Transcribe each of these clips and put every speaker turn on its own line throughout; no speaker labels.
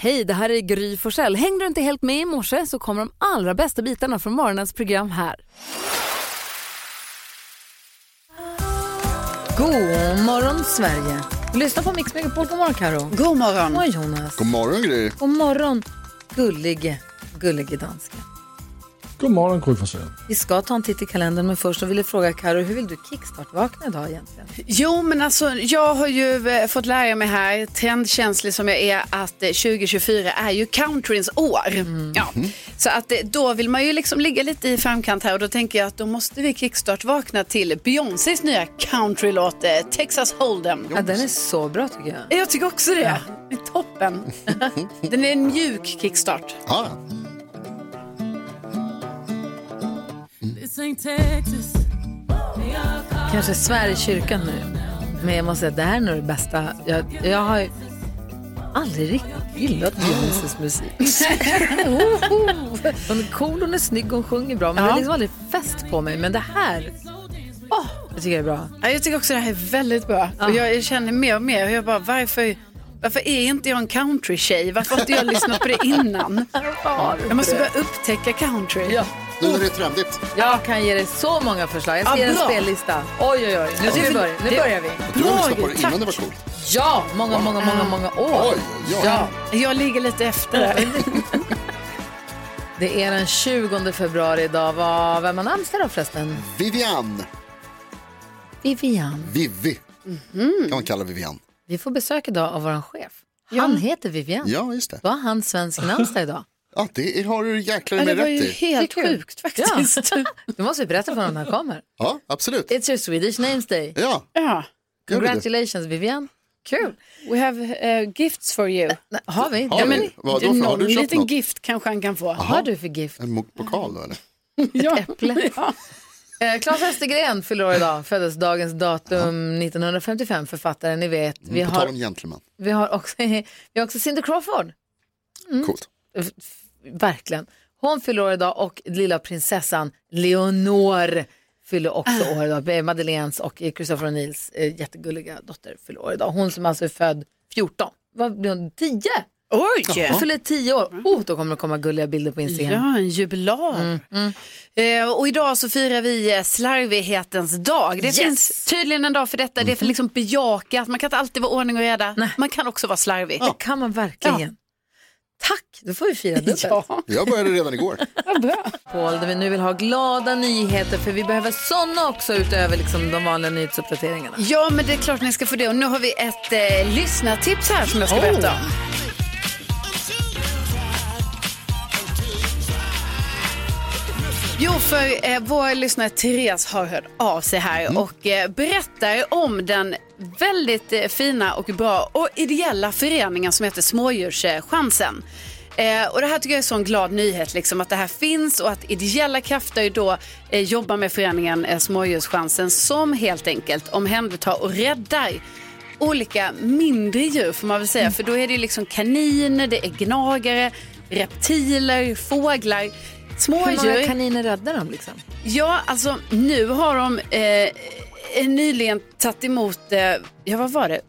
Hej, det här är Gry Forssell. Hängde du inte helt med i morse så kommer de allra bästa bitarna från morgonens program här. God morgon, Sverige. Lyssna på Mix Megapol. God morgon, Karo.
God
God
morgon.
morgon, Jonas.
God morgon Gry.
God morgon, gullige, gullige dansken.
God morgon Gry Forssell.
Vi ska ta en titt i kalendern, men först så vill jag fråga Karo, hur vill du kickstart-vakna idag egentligen?
Jo, men alltså jag har ju eh, fått lära mig här, trendkänslig som jag är, att eh, 2024 är ju countryns år. Ja. Så att eh, då vill man ju liksom ligga lite i framkant här och då tänker jag att då måste vi kickstart-vakna till Beyoncés nya countrylåt eh, Texas Hold'em.
Ja, den är så bra tycker jag.
Jag tycker också det. Det är toppen. Den är en mjuk kickstart.
Ah,
Kanske svär i kyrkan nu. Men jag måste säga att det här är nog det bästa. Jag, jag har ju aldrig riktigt gillat Beyoncés musik. hon är cool, hon är snygg, hon sjunger bra. Men det har liksom aldrig fäst på mig. Men det här, åh, jag tycker det är bra.
Ja, jag tycker också det här är väldigt bra. Och jag, jag känner mer och mer, jag bara, varför, varför är inte jag en country-tjej? Varför har inte jag lyssnat på det innan? Jag måste börja upptäcka country.
Ja.
nu är det trendigt.
Jag kan ge dig så många förslag. Jag ska
Ja,
ge dig en
bra.
spellista. Oj, oj, oj. Nu, ska vi börja. nu börjar vi.
Du har
Bra,
lyssnat på det
tack.
innan det var coolt.
Ja, många, många, många, många år.
Oj, oj, oj.
Ja.
Jag ligger lite efter där.
Det är den 20 februari idag. Vad- Vem har namnsdag då förresten?
Vivian.
Vivian.
Vivi.
Mhm.
Kan man kalla Vivian.
Vi får besök idag av vår chef. Han heter Vivian.
Ja, just det.
Då har han svensk namnsdag idag.
Ja, det har du jäklar
Ja, Det
med
var
rätt
ju
i.
helt
Det är kul.
sjukt faktiskt. Ja.
Du måste vi berätta för honom när han kommer.
Ja, absolut.
It's your Swedish names day.
Ja, gör vi det.
Congratulations Vivian. Kul.
We have eh, gifts for you.
Nej, Har vi?
Har
ja, men,
vi? Vad då för- har
någon
du köpt
liten
något?
gift kanske han kan få.
har du för gift?
En mo- pokal då eller?
Ja.
Äpple. Eh, Claes Östergren fyller år idag. Föddes dagens datum 1955. Författaren, ni vet. Vi
På tal
har,
om gentleman.
vi har, också, vi har också Cindy Crawford.
Mm.
Coolt.
F- f- Verkligen. Hon fyller år idag och lilla prinsessan Leonor fyller också år idag. Det är Madeleines och Christopher O'Neills eh, jättegulliga dotter fyller år idag. Hon som alltså är född 14. Vad blir hon? 10?
Oj!
Hon fyller 10 år. Oh, då kommer det komma gulliga bilder på Instagram.
Ja, en jubilar. Eh, och idag så firar vi eh, slarvighetens dag. Det
Yes.
finns tydligen en dag för detta. Det är för liksom bejakat. Man kan inte alltid vara ordning och reda. Man kan också vara slarvig.
Det kan man verkligen. Tack, då får vi fira dubbelt.
Jag började redan igår.
Paul, där vi nu vill ha glada nyheter för vi behöver sådana också utöver liksom, de vanliga nyhetsuppdateringarna.
Ja, men det är klart ni ska få det. Och nu har vi ett eh, lyssnartips här som jag ska berätta om. Jo, för eh, vår lyssnare Therese har hört av sig här och eh, berättar om den väldigt eh, fina och bra och ideella föreningen som heter Smådjurschansen. Eh, och det här tycker jag är en sån glad nyhet, liksom, att det här finns och att ideella krafter då eh, jobbar med föreningen eh, Smådjurschansen som helt enkelt omhändertar och räddar olika mindre djur får man väl
Mm.
säga. För då är det ju liksom kaniner, det är gnagare, reptiler, fåglar,
Hur många
smådjur.
kaniner räddar de? Liksom?
Ja, alltså nu har de eh, nyligen tagit emot, eh, ja vad var det,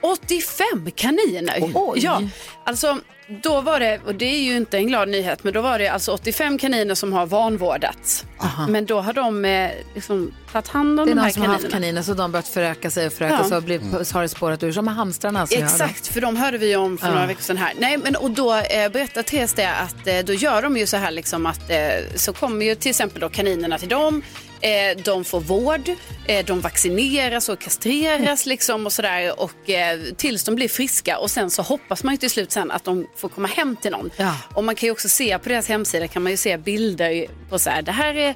85 kaniner.
Oj.
Ja, alltså då var det, och det är ju inte en glad nyhet, men då var det alltså 85 kaniner som har vanvårdats. Men då har de eh, liksom tagit hand om
Det är
de här
någon som har
kaninerna.
haft kaniner så de har börjat föröka sig och föröka
Ja.
sig och blivit, så har det spårat ur. Som med hamstrarna. alltså. Som gör det.
Exakt, för de hörde vi om för några veckor sedan här. Nej, men och då eh, berättar Therese det att eh, då gör de ju så här liksom att eh, så kommer ju till exempel då kaninerna till dem. Eh, de får vård, eh, de vaccineras och kastreras liksom och sådär och eh, tills de blir friska och sen så hoppas man ju till slut sen att de får komma hem till någon.
Ja.
Och man kan ju också se på deras hemsida kan man ju se bilder på så här, det här är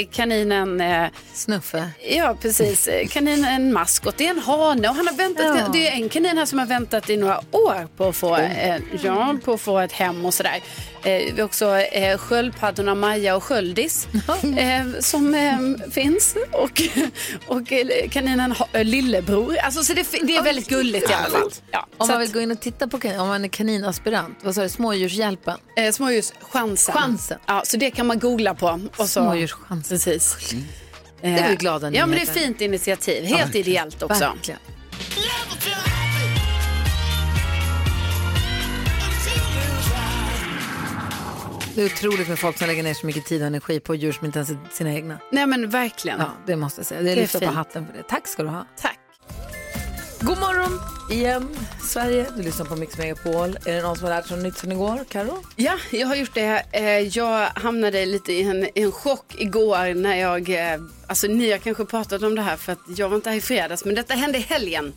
eh, kaninen eh,
Snuffe.
Ja, precis. Kaninen Maskot, det är en hane och han har väntat.
Ja.
Det är en kanin här som har väntat i några år på att få, eh, ja, på att få ett hem och sådär. Eh, vi har också eh, sköldpaddorna Maja och Sköldis eh, som eh, finns och, och eh, kaninen ha, eh, Lillebror. Alltså, så det, fi- det är väldigt gulligt i alla fall. Ja,
Om
så
man
att,
vill gå in och titta på kanin, om man är kaninaspirant, vad sa du, smådjurshjälpen?
eh, smådjurschansen.
Chansen.
Ja, så det kan man googla på. Och så,
Smådjurschansen.
Precis. Eh,
Det är vi glada
Ja, men det är
nyheter.
fint initiativ. Helt ideellt också.
Verkligen. Det är otroligt med folk som lägger ner så mycket tid och energi på djur som inte ens är sina egna.
Nej men verkligen.
Ja, det måste jag säga. Det
Det
är
är
lyfta på
fint.
hatten för det. Tack ska du ha.
Tack.
God morgon igen, Sverige. Du lyssnar på Mix Megapol. Är det någon som har lärt sig något nytt sen igår, Karo?
Ja, jag har gjort det. Eh, Jag hamnade lite i en, i en chock igår när jag, eh, alltså ni har kanske pratat om det här för att jag var inte här i fredags, men detta hände i helgen.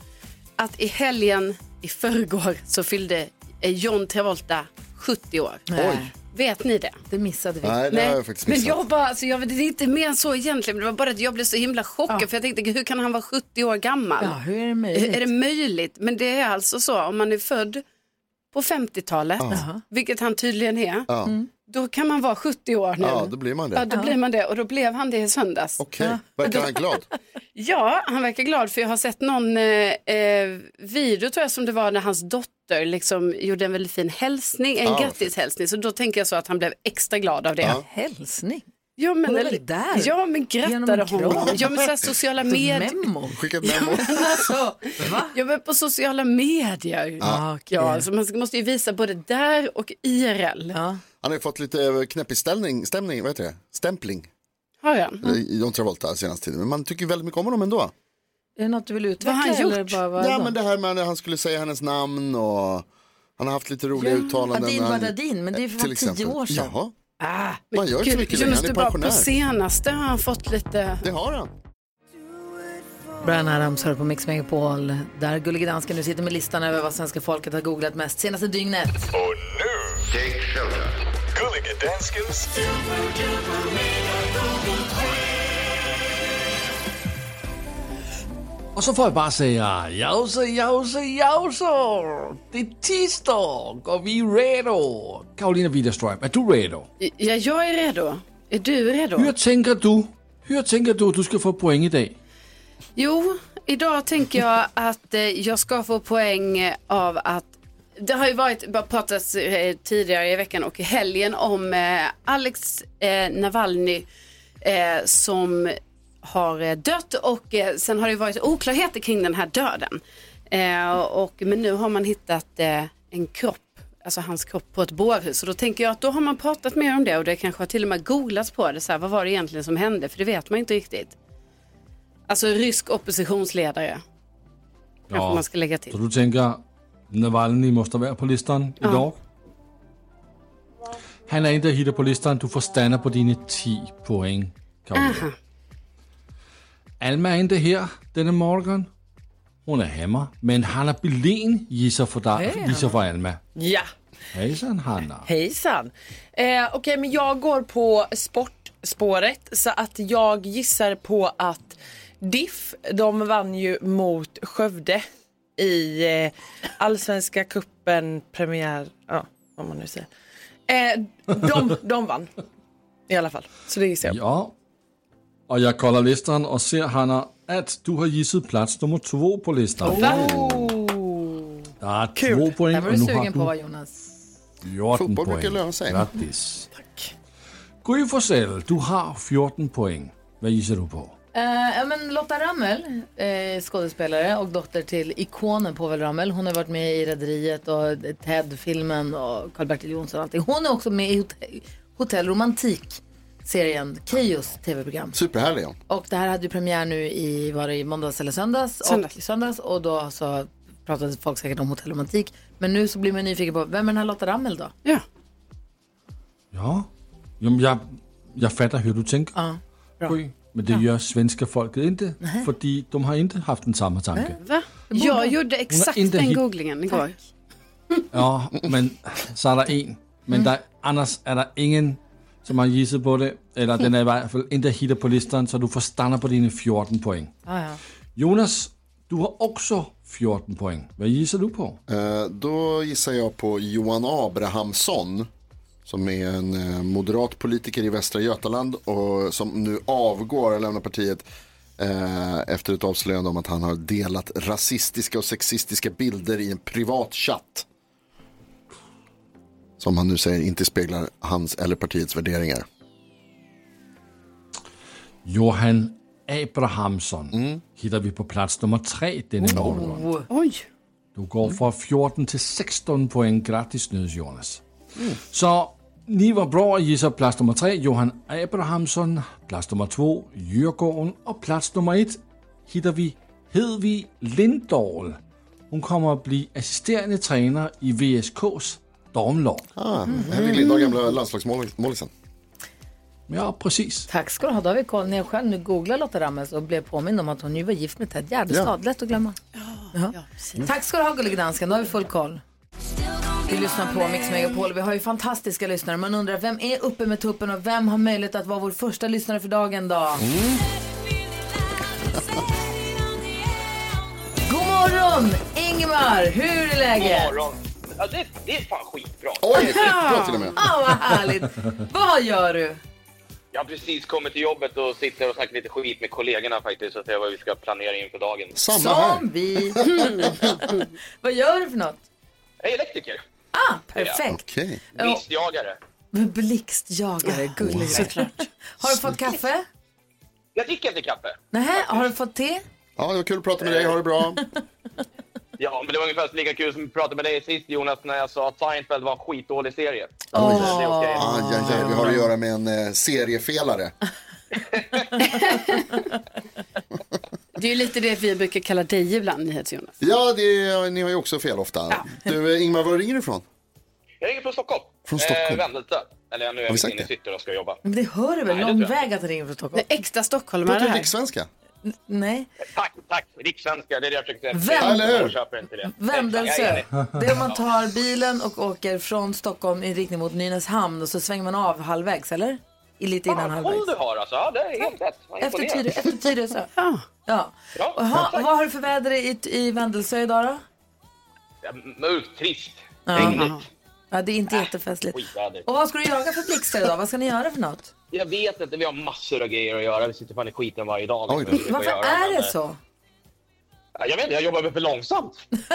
Att i helgen i förrgår så fyllde eh, John Travolta 70 år.
Nej.
Vet ni det?
Det missade vi.
Nej, det har jag faktiskt
men
missat.
jag bara, alltså jag, vet- det är inte mer än så egentligen, men det var bara att jag blev så himla chockad för jag tänkte hur kan han vara 70 år gammal?
Ja, hur är det möjligt?
Är det möjligt? Men det är alltså så, om man är född på 50-talet, vilket han tydligen är,
Ja.
då kan man vara 70 år nu.
ja, då blir man
Mm. Ja,
det.
då blir man det och då blev han det i söndags.
Okej, verkar han glad?
Ja, han verkar glad för jag har sett någon eh, eh, video tror jag som det var när hans dotter liksom gjorde en väldigt fin hälsning, en
Ja, vad
grattishälsning. Så då tänker jag så att han blev extra glad av det.
Ja.
Hälsning?
Ja, men,
Hon är väl där?
Ja, men
Genom en
grattade
kram?
honom. Ja, men så här sociala medier.
Memo?
Skicka ett memo.
Alltså, va?
Ja, men på sociala medier.
Ja, okej.
Ja, alltså man måste ju visa både där och IRL.
Ja.
Han har ju fått lite eh, knäppig ställning, stämning, vad heter det? Stämpling,
Har jag?
eh, i John Travolta senaste tiden. Men man tycker väldigt mycket om honom ändå.
Är det något du vill utveckla?
Vad har han gjort?
Eller bara, vad
Ja, men det här med när han skulle säga hennes namn och han har haft lite roliga uttalanden.
Adin
när han- Eh,
Badadin, men det är för fan
till exempel.
tio år sedan.
Jaha,
Ah,
man gör inte så mycket längre,
Jonas,
han
du
är
bara på
pensionär.
senaste har han fått lite...
Det har han.
Brian Adams hör på Mix Megapol där Gullige Dansken nu sitter med listan över vad svenska folket har googlat mest senaste dygnet.
Och nu, Jake Shelter. Gullige Danskens
Og så får jeg bare sige, jause, jause, jause. Det er tisdag, og vi er redo. Karolina Widerstrøm, er du redo?
Ja, jag är redo. Är du redo?
Hør tænker du, hør tænker du, at du skal få point i dag?
Jo, idag tänker jag att eh, jag ska få poäng eh, av att det har ju varit, bara pratats eh, tidigare i veckan och i helgen om eh, Alex eh, Navalny eh, som har eh, dött och eh, sen har det ju varit oklarheter kring den här döden. Eh, och, men nu har man hittat eh, en kropp, alltså hans kropp på ett bårhus och då tänker jag att då har man pratat mer om det och det kanske har till och med googlats på det så här, vad var det egentligen som hände? För det vet man ju inte riktigt. Alltså rysk oppositionsledare. Kanske man ska lägga
Så
till.
du tænker, Navalny måste være på listen i dag? Han er en, der hitter på listen. Du får stander på dine 10 point, Karolina.
Aha.
Alma er ikke her denne morgen. Hun er hammer, men han er belen, Jisser for dig, Jisser for Alma.
Ja,
Hejsan Hanna.
hejsan. Eh, Okej, men jag går på sportspåret så att jag gissar på att DIF, de vann ju mot Skövde i eh, Allsvenska cupen premiär, ja vad man nu säger. Eh, de, de vann i alla fall, så det gissar jag.
Ja. Og jeg kolder listen og ser, Hanna, at du har gisset plads nummer to på listen. Der er to
Det
point,
var
og
du
nu har
sugen på
du
va Jonas?
14
Fodbold, man
point.
kan lade sig.
Grattis. Tak. Gry Forssell, du har 14 point. Hvad gisser du på?
Eh, ja, men Lotta Rammel, eh, skådespelare och dotter till ikonen Povel Ramel. Hon har varit med i Rederiet och Ted-filmen och Karl-Bertil Jonsson och allting. Hon är också med i Hotell, Hotell Romantik-serien, Keyyo's tv-program.
Superhärlig är han.
Och det här hade ju premiär nu i, var det i måndags eller söndags?
Söndags.
Och, söndags och då så pratade folk säkert om Hotell Romantik. Men nu så blir man nyfiken på, vem är den här Lotta Rammel då?
Ja.
Ja. Jamen, jeg, jeg fatter, hør du tænker.
Ah, Ja.
Gry. Men det gør svenske folket ikke, fordi de har ikke haft den samme tanke.
Va? Jag gjorde exakt
inte
den
hit-
googlingen igår.
Ja, men så er der en. Men der, Anders, er der ingen, som har gisset på det? Eller den er i hvert fald en, der hitter på listen, så du får stander på dine 14 point.
Ah, ja.
Jonas, du har også 14 point. Hvad gisser du på?
Eh, Då gissar jag på Johan Abrahamsson. Som är en eh, moderat politiker i Västra Götaland och som nu avgår och lämnar partiet eh, efter ett avslöjande om att han har delat rasistiska och sexistiska bilder i en privat chatt. Som han nu säger inte speglar hans eller partiets värderingar.
Johan Abrahamsson hitter vi på plads nummer 3 denne morgen.
Oj.
Du går fra 14 til 16 point. Gratis nydes, Jonas. Så Ni var bra och gissar plats nummer tre, Johan Abrahamsson. Plats nummer två, Djurgården. Och plats nummer ett hittar vi Hedvig Lindahl. Hon kommer att bli assisterande tränare i VSKs damlag.
Ah, Henrik Lindahl, gamla landslagsmålisen.
Ja, precis.
Tack ska du ha. Då har vi koll. När jag själv nu googlade Lotta Rammes och blev påmind om att hon ju var gift med Ted Gärdestad. Lätt att glömma. Ja, Mm. Tack ska du ha, gullig dansken. Då har vi full koll. Vi lyssnar på Mix Megapol. Vi har ju fantastiska lyssnare. Man undrar vem är uppe med tuppen och vem har möjlighet att vara vår första lyssnare för dagen då? God morgon, Ingemar! Hur är läget?
morgon. Ja, det, det är fan skitbra.
Oj, bra till och med.
Ah, vad härligt! vad gör du?
Jag har precis kommit till jobbet och sitter och snackar lite skit med kollegorna faktiskt. Så att jag vad vi ska planera inför dagen.
Samma här.
Som vi. vad gör du för något?
Jag är elektriker.
Ah, perfekt.
Okej.
Ja.
Missjagare.
Blixtjagare, gullig. Såklart. Har du fått kaffe?
Jag dricker inte kaffe.
Nej, har du fått te?
Ja, det var kul att prata med dig. Ha det bra.
Ja, men det var ungefär lika kul som vi pratade med dig sist Jonas när jag sa att Seinfeld var en skitdålig serie.
Åh.
Så det är okej.
Aj, aj, aj, vi har att göra med en eh, seriefelare.
Det är ju lite det vi brukar kalla dig ibland, NyhetsJonas.
Ja, det är, ni har ju också fel ofta. Du, eh, Ingmar, var ringer du ifrån?
Jag ringer från Stockholm.
Från Stockholm?
Eh, Vändelsta. Eller nu är
vi
jag
sagt
inne i
det?
City och ska jobba.
Men det hör du väl?
Nej, det
Lång
tror jag.
väg att ringa från Stockholm.
Det är extra stockholmare
Pratar
det
du
här.
rikssvenska?
Nej.
Tack, tack. Rikssvenska, det är det jag försökte
Vänd-
säga.
Eller hur?
Jag köper inte det. Jag är
Vändelsö.
enig.
Det är om man tar bilen och åker från Stockholm i riktning mot Nynäshamn och så svänger man av halvvägs, eller? I lite innan
Fan, koll
halvvägs.
du har alltså. Ja, det är helt rätt. Jag är
Efter
imponerad.
Tyresö. Efter Tyresö.
Ja.
Ja.
Ja,
Och ha,
tack.
vad har du för väder i, i Vändelsö idag då?
Ja, Mörkt, trist,
Ja.
regnigt,
Ja, det är inte jättefestligt.
skitväder.
Och vad ska du jaga för blixtar idag? Vad ska ni göra för något?
Jag vet inte, vi har massor av grejer att göra. Vi sitter fan i skiten varje dag.
Oj då.
Vi får
Varför
göra,
är
men,
det
eh,
så?
Jag vet inte, jag jobbar väl för långsamt.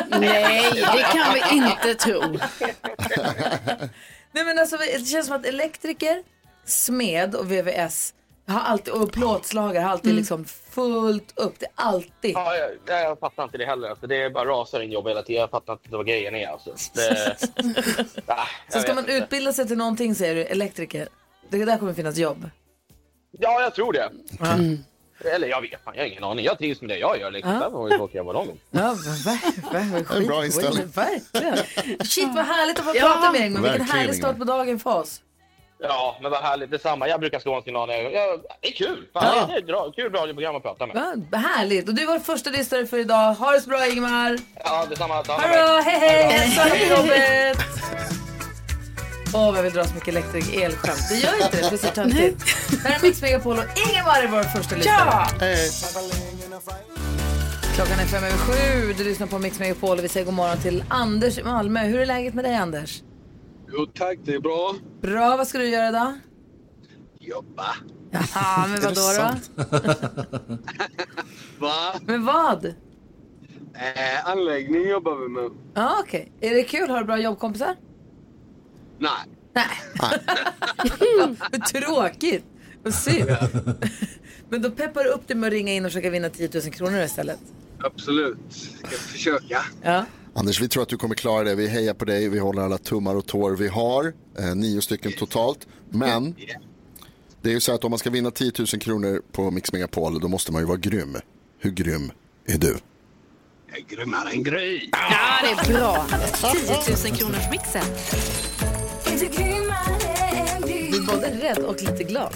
Nej, det kan vi inte tro.
Nej men alltså det känns som att elektriker, smed och VVS har alltid, och plåtslagare har alltid liksom fullt upp. Det är alltid.
Ja, jag, nej, jag fattar inte det heller. Alltså, det är bara rasar in jobb hela tiden. Jag fattar inte vad grejen är. Alltså. Det, Ah, jag
Så ska
vet
man
inte.
utbilda sig till någonting säger du, elektriker. Det där kommer finnas jobb.
Ja, jag tror det. Eller jag vet fan, jag har ingen aning. Jag trivs med det jag gör. Liksom. Sen får vi tråkiga vara någon gång.
Ja, ver- ver- ver-
Det är en bra inställning.
Verkligen. Shit vad härligt att få
Ja.
prata med dig. Men vilken
Verkligen,
härlig start
Ingmar.
på dagen för oss.
Ja, men vad härligt. Detsamma. Jag brukar skånska någon. Jag, jag, det är kul. Fan,
Ja.
Det är bra, kul radioprogram att prata med.
Ja, härligt. Och du var första lyssnare för idag. Ha det så bra Ingmar.
Ja, detsamma. detsamma.
Hallå, hej hej! Hälsa på jobbet! Åh, vad jag vill dra så mycket elektrik elskämt. Det gör inte det, det blir så töntigt. Det här är Mix Megapol och Ingemar är vår första lyssnare.
Hej.
Klockan är fem över sju, du lyssnar på Mix Megapol och vi säger god morgon till Anders i Malmö. Hur är läget med dig Anders?
Jo tack, det är bra.
Bra, vad ska du göra idag?
Jobba.
Jaha, men vad då? då?
sant?
Va?
Men vad?
Eh, anläggning jobbar vi med.
Ja, okej. Är det kul? Har du bra jobbkompisar?
Nej.
Vad tråkigt! Vad synd. Men då peppar du upp dig med att ringa in och försöka vinna 10 000 kronor istället.
Absolut. Ska försöka.
Ja.
Anders, vi tror att du kommer klara det. Vi hejar på dig. Vi håller alla tummar och tår vi har. Eh, nio stycken totalt. Men det är ju så att om man ska vinna 10 000 kronor på Mix Megapol, då måste man ju vara grym. Hur grym är du?
Jag är grymmare än Gry.
Ja, det är bra.
10 000 kronors mixen.
Du är både rädd och lite glad.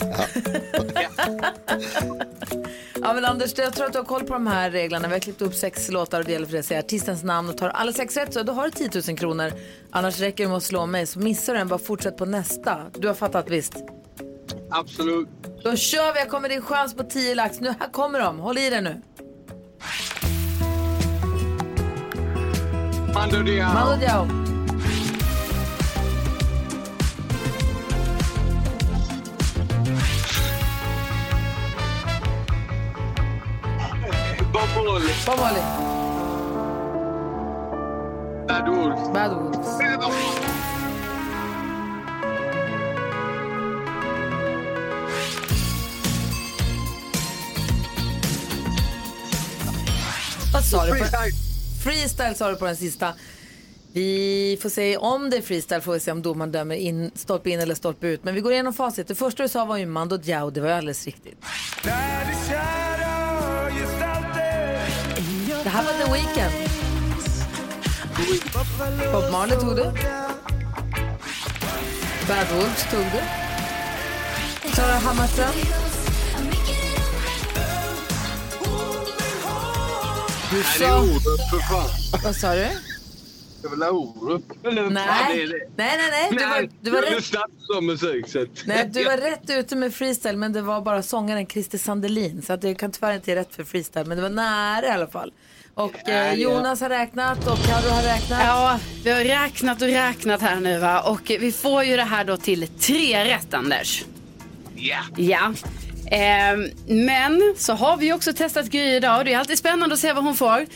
Ja. men Anders, jag tror att du har koll på de här reglerna. Vi har klippt upp sex låtar och det gäller för dig att säga artistens namn. Och tar alla sex rätt så då har du 10 000 kronor. Annars räcker det med att slå mig. Så missar du en, bara fortsätt på nästa. Du har fattat visst?
Absolut.
Då kör vi. Här kommer din chans på 10 lax. Nu, här kommer de. Håll i dig nu.
Mando
Mando
Diao.
Diao.
Bob Marley.
Bob Marley.
Bad Wolf.
Bad Wolves. Vad sa du? På,
Freestyle.
freestyle sa du på den sista. Vi får se om det är freestyle, får vi se om domaren dömer in, stolpe in eller stolpe ut. Men vi går igenom facit. Det första du sa var ju Mando Diao, det var ju alldeles riktigt. Det här var The Weeknd. Bob Marley tog du. Bad Wolves tog du. Sara Hammarström. Du
Det är
sa...
Orup för fan.
Vad sa du?
Det är väl Orup? Eller? Ja, det
Nej,
är
nej,
det.
nej, nej. Du var, du var
jag
rätt
lyssnar inte på musik. Så att...
Nej, du var rätt ute med freestyle, men det var bara sångaren Christer Sandelin. Så att jag kan tyvärr inte ge rätt för freestyle, men det var nära i alla fall. Och eh, Jonas har räknat och Carro har räknat.
Ja, vi har räknat och räknat här nu va. Och eh, vi får ju det här då till tre rätt Anders.
Ja.
Ja. Ehm, men så har vi ju också testat Gry idag och det är alltid spännande att se vad hon får.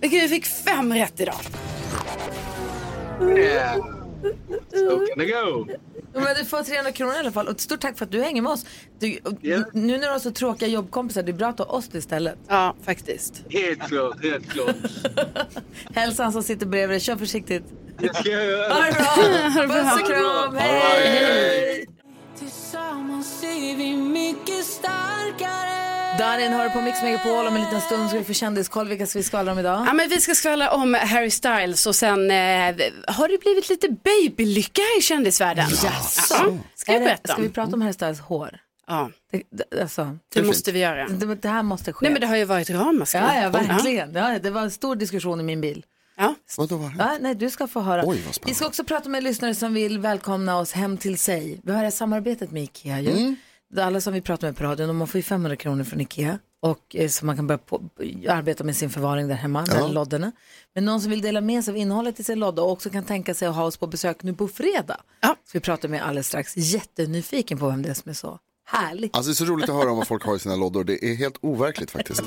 Gry fick fem rätt idag.
Ja. Så kan det gå.
Men du får 300 kronor i alla fall. Och ett stort tack för att du hänger med oss. Du, och,
Ja.
Nu när du har så tråkiga jobbkompisar, det är bra att du har oss istället.
Ja, faktiskt.
Helt klart, helt klart.
Hälsa han som sitter bredvid dig. Kör försiktigt.
Det ska jag
Ha
göra.
det bra! Puss och kram! Hej! Hej! Darin har du på Mix Megapol. Om en liten stund ska vi få kändiskoll. Vilka ska vi skvallra om idag?
Ja, men vi ska skvallra om Harry Styles och sen eh, har det blivit lite babylycka här i kändisvärlden.
Jaså?
Ja, ska jag
Är det-
berätta
Ska vi
om.
prata om Harry Styles hår?
Ja,
Det, det, alltså,
det måste vi göra.
det, det här måste ske.
Nej men det har ju varit ramaskri.
ja, ja, verkligen. Ja, det var en stor diskussion i min bil.
Ja.
Vadå, vad har hänt?
Ja, nej, du ska få höra.
Oj, vad spännande.
vi ska också prata med lyssnare som vill välkomna oss hem till sig. Vi har det här samarbetet med Ikea ju.
Mm.
Det är Alla som vi pratar med på radion, de får ju 500 kronor från Ikea. Och eh, så man kan börja på, arbeta med sin förvaring där hemma, där lodderna. Men någon som vill dela med sig av innehållet i sin lodda och också kan tänka sig att ha oss på besök nu på fredag.
Ja.
Så vi pratar med alldeles strax. Jättenyfiken på vem det är som är så härlig.
Alltså det är så roligt att höra om vad folk har i sina lådor. Det är helt overkligt faktiskt.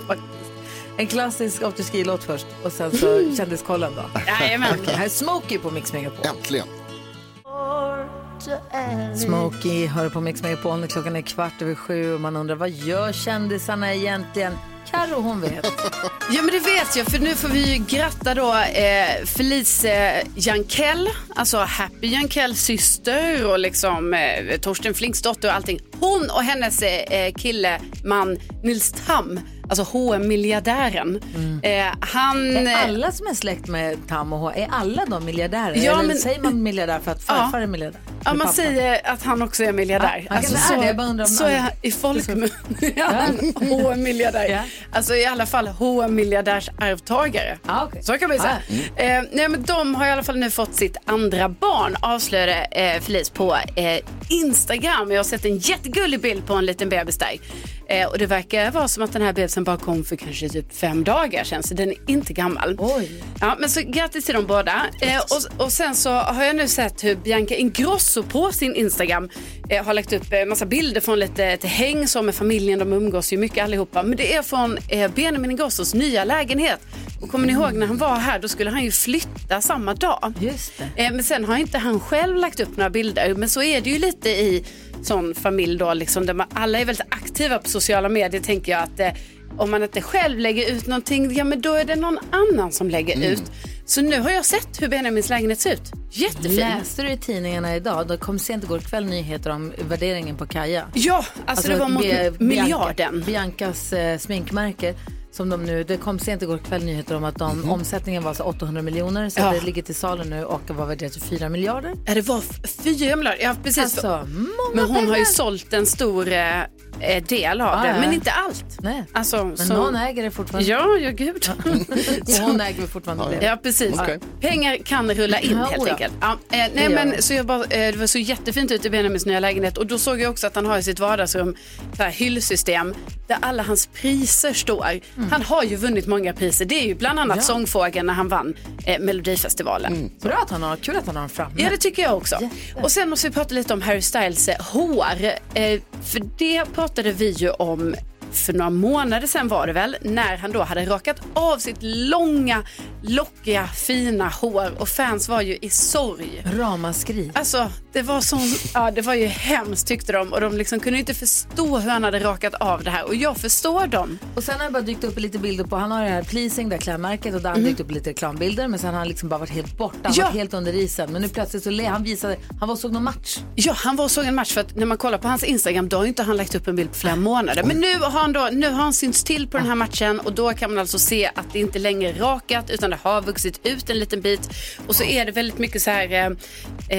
En klassisk afterski-låt först och sen så kändiskollen då.
Jajamän.
Okej, här är Smokey på Mix Megapol.
Äntligen.
Smokey hör på Mix Megapol när klockan är kvart över sju och man undrar vad gör kändisarna egentligen? Karo hon vet.
Ja men det vet jag för nu får vi ju gratta då eh, Felice Jankell, alltså Happy Jankells syster och liksom eh, Torsten Flinks dotter och allting. Hon och hennes eh, kille, man Nils Tam, alltså H&M-miljardären. Eh, han...
Mm. Är alla som är släkt med Tam och H, är alla de miljardärer?
Ja,
Eller
men-
säger man miljardär för att farfar
Ja.
är miljardär?
Ja,
Eller
man
pappa?
säger att han också är miljardär. Alltså,
Ja, han kanske är det. Jag bara undrar om
så är
han-
han i folkmun. Ja, han är en miljardär.
Ja.
Alltså i alla fall hm miljardärs arvtagare.
Ja, okej.
Så kan man ju säga. Eh, nej, men de har i alla fall nu fått sitt andra barn avslöjade eh, Felice på eh, Instagram. Jag har sett en jättegullig bild på en liten bebis där. Eh, och det verkar vara som att den här bebisen bara kom för kanske typ fem dagar sedan. Så den är inte gammal.
Oj.
Ja, men så grattis till dem båda. Eh, och, och sen så har jag nu sett hur Bianca Ingrosso på sin Instagram eh, har lagt upp eh, massa bilder från lite ett häng som med familjen. De umgås ju mycket allihopa. Men det är från eh, Benjamin Ingrossos nya lägenhet. Och kommer ni ihåg när han var här, då skulle han ju flytta samma dag.
Just det.
Eh, Men sen har inte han själv lagt upp några bilder. Men så är det ju lite i sån familj då, liksom, där man, alla är väldigt aktiva på sociala medier tänker jag att eh, om man inte själv lägger ut någonting, ja men då är det någon annan som lägger
Mm.
ut. Så nu har jag sett hur Benjamins lägenhet ser ut. Jättefin.
Läste du i tidningarna idag, det kom sent igår kväll nyheter om värderingen på Kaja.
Ja, alltså, det var mot
Bia-
miljarden.
Bianca, Biancas eh, sminkmärke. Som de nu, det kom sent igår kväll nyheter om att de, omsättningen var så 800 miljoner så
Mhm. Ja.
det ligger till salu nu och var värderat till 4 miljarder.
Ja, det var f- fyra miljarder. Ja, precis.
Alltså, många
men hon
pengar.
har ju sålt en stor eh, eh, del av
Ja,
det,
ja.
men inte allt.
Nej.
Alltså,
Men någon äger det fortfarande.
Ja, ja gud.
Och hon äger fortfarande det.
Ja, precis.
Okej.
Pengar kan rulla in
Ja,
helt
oja.
enkelt. Ja, eh, nej,
gör
men,
de.
så jag bara, eh, det var så jättefint ut i Benjamins nya lägenhet och då såg jag också att han har i sitt vardagsrum så här, hyllsystem där alla hans priser står.
Mm.
Han har ju vunnit många priser. Det är ju bland annat Sångfågeln när han vann eh, Melodifestivalen.
Bra att han har, kul att han har en framme.
Ja, det tycker jag också. Och sen måste vi prata lite om Harry Styles eh, hår. Eh, för det pratade vi ju om för några månader sedan var det väl, när han då hade rakat av sitt långa, lockiga, fina hår och fans var ju i sorg.
Ramaskri.
Alltså, det var, sån, ja, det var ju hemskt tyckte de och de liksom kunde inte förstå hur han hade rakat av det här och jag förstår dem.
Och sen har det bara dykt upp lite bilder på, han har det här pleasing, det här klädmärket och där har det dykt upp lite reklambilder men sen har han liksom bara varit helt borta, han har
Ja.
varit helt under isen. Men nu plötsligt så le, han visade, han var såg någon match.
Ja, han var och såg en match för att när man kollar på hans Instagram då har ju inte han lagt upp en bild på flera månader. Men nu har han, då, nu har han synts till på den här matchen och då kan man alltså se att det inte längre är rakat utan det har vuxit ut en liten bit. Och så är det väldigt mycket så här eh,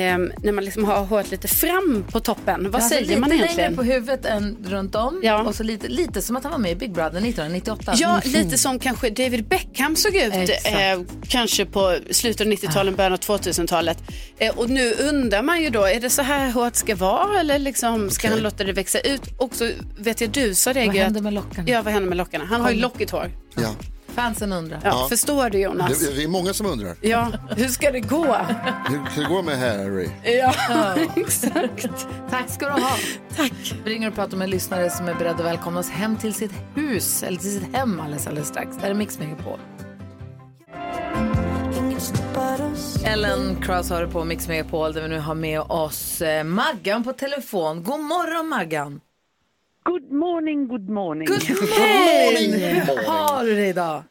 eh, när man liksom har håret lite fram på toppen. Vad
Alltså,
säger man
lite
egentligen?
längre på huvudet än runt om
Ja.
och så lite, lite som att han var med i Big Brother 1998.
Ja,
Mm.
lite som kanske David Beckham såg ut
Exakt.
eh, kanske på slutet av 90-talet, början av 2000-talet. Eh, och nu undrar man ju då, är det så här hårt ska vara eller liksom, ska han låta det växa ut? Och så vet jag du sa det
Vad
ju
hände
att-
med lockarna?
Ja, vad händer med lockarna? Han har ju lockigt hår.
Ja.
Fansen undrar.
Ja, Förstår du Jonas?
Det, vi är många som undrar.
Ja, hur ska det gå?
Hur ska det gå med Harry?
ja, exakt.
Tack ska du ha. Tack. Vi ringer och pratar med en lyssnare som är beredd att välkomna oss hem till sitt hus, eller till sitt hem alldeles, alldeles strax. Det här är Mix Megapol. Ellen Cross har det på Mix Megapol där vi nu har med oss eh, Maggan på telefon. God morgon Maggan!
Good morning, good morning.
Hej! Hur har du det idag?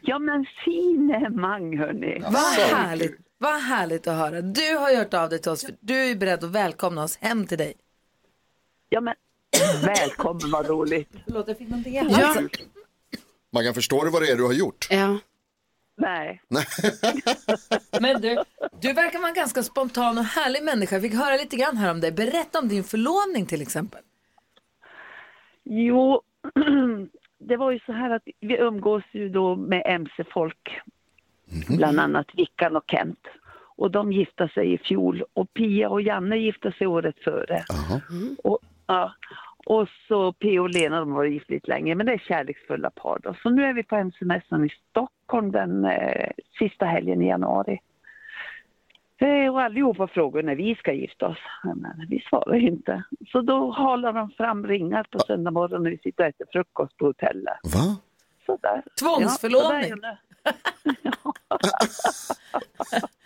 Ja, men finemang, hörni.
Vad härligt, vad härligt att höra. Du har gjort av dig till oss, för du är beredd att välkomna oss hem till dig.
Ja, men välkommen, vad roligt.
Ja.
Man kan förstå vad det är du har gjort.
Ja.
Nej,
Men du, du verkar vara en ganska spontan och härlig människa. Jag fick höra lite grann här om dig. Berätta om din förlovning till exempel.
jo, det var ju så här att vi umgås ju då med MC-folk, bland annat Vickan och Kent. Och de gifte sig i fjol och Pia och Janne gifte sig året före. Och, ja, och så Pia och Lena de var gift lite länge, men det är kärleksfulla par då. Så nu är vi på MC-mässan i Stockholm den eh, sista helgen i januari. Eh, Och allihopa frågar när vi ska gifta oss. Men vi svarar ju inte. Så då halar de fram ringar på söndag morgon när vi sitter och äter frukost på hotellet.
Va?
Sådär.
Tvångsförlovning.
Ja, så där är det.